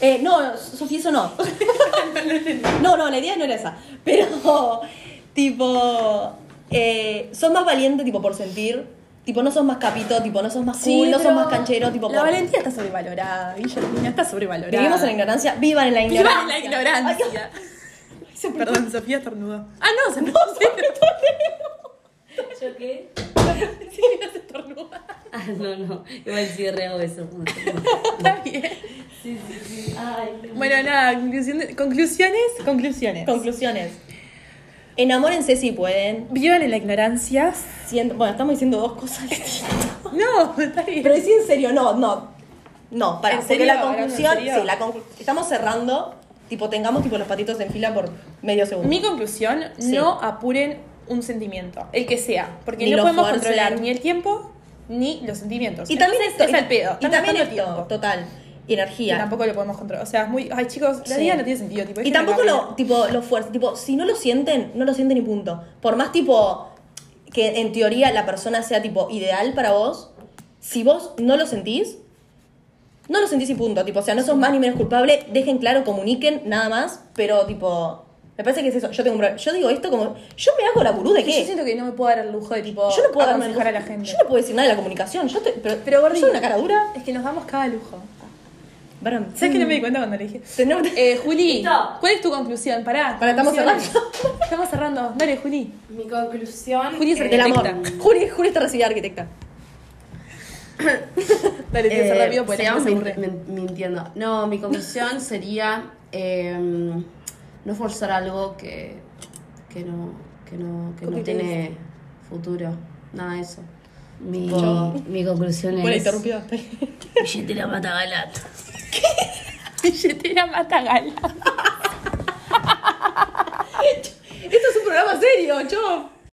S1: Eh, no, Sofía, eso no. no, no, la idea no era esa. Pero, tipo, eh, sos más valiente, tipo, por sentir. Tipo, no sos más capito, tipo, no sos más cool,
S2: Sí,
S1: no sos
S2: pero
S1: más canchero, tipo,
S2: La
S1: por-
S2: valentía está sobrevalorada, Guillermina, está sobrevalorada.
S1: Vivimos en la ignorancia, vivan en la ignorancia.
S2: Vivan en la ignorancia. Perdón, Sofía estornudó. Ah, no, se no,
S3: ¿Yo qué? Ah, no, no. Igual sí re hago eso.
S2: Está bien.
S3: Sí, sí, sí. Ay,
S2: Bueno, nada, conclusión de- conclusiones, conclusiones.
S1: Conclusiones. Enamórense si pueden.
S2: Vivan en la ignorancia.
S1: Siento- bueno, estamos diciendo dos cosas distintas.
S2: No, está bien.
S1: Pero es en serio, no, no. No, para,
S2: ¿En
S1: porque
S2: serio?
S1: la conclusión,
S2: ¿En serio?
S1: sí, la conclu- estamos cerrando, tipo, tengamos tipo los patitos en fila por medio segundo.
S2: Mi conclusión,
S1: Sí.
S2: no apuren un sentimiento, el que sea, porque
S1: Ni
S2: no
S1: lo
S2: podemos
S1: fuercen.
S2: controlar ni el tiempo ni los sentimientos.
S1: y también
S2: Entonces,
S1: esto,
S2: es
S1: y-
S2: al pedo.
S1: Y también esto,
S2: tiempo.
S1: total, y
S2: Que
S1: energía.
S2: tampoco lo podemos controlar. O sea, es muy. Ay, chicos, la
S1: Sí.
S2: vida no tiene sentido. Tipo,
S1: Y
S2: déjenme
S1: tampoco
S2: la
S1: lo,
S2: vida.
S1: tipo, lo fuerza. Tipo, si no lo sienten, no lo sienten ni punto. Por más tipo que en teoría la persona sea tipo ideal para vos, si vos no lo sentís, no lo sentís y punto. Tipo, o sea, no sos más ni menos culpable, dejen claro, comuniquen, nada más, pero tipo. Me parece que es eso. Yo tengo un problema. Yo digo esto como. Yo me hago la gurú de
S2: Que Yo
S1: qué.
S2: siento que no me puedo dar el lujo de tipo.
S1: Yo no puedo darme el
S2: aconsejar a la
S1: lujo-
S2: gente.
S1: Yo no puedo decir nada de la comunicación. Yo estoy- pero,
S2: Pero, Gordi,
S1: soy una cara dura.
S2: Es que nos damos cada lujo.
S1: Varón.
S2: ¿Sabes que no me di cuenta cuando le dije?
S1: Tenemos-
S2: Eh, Juli,
S3: Listo.
S2: ¿cuál es tu conclusión? Pará.
S1: Pará, estamos
S2: conclusiones.
S1: cerrando.
S2: Estamos cerrando. Dale, Juli.
S4: Mi conclusión.
S2: Juli es
S1: Del amor.
S2: arquitecta.
S1: Juli, Juli está recibida arquitecta.
S2: Dale, tienes que
S4: Eh,
S2: ser rápido porque la
S4: sigamos
S2: gente se aburre.
S4: min- min- mintiendo. No, mi conclusión sería eh, no forzar algo que, que no, que no, que no
S2: Copy-paste.
S4: tiene futuro. Nada de eso.
S3: Mi, mi conclusión es.
S1: Bueno, interrumpió.
S3: Billetera mata galata.
S2: Billetera mata gala.
S1: Esto es un programa serio, chop.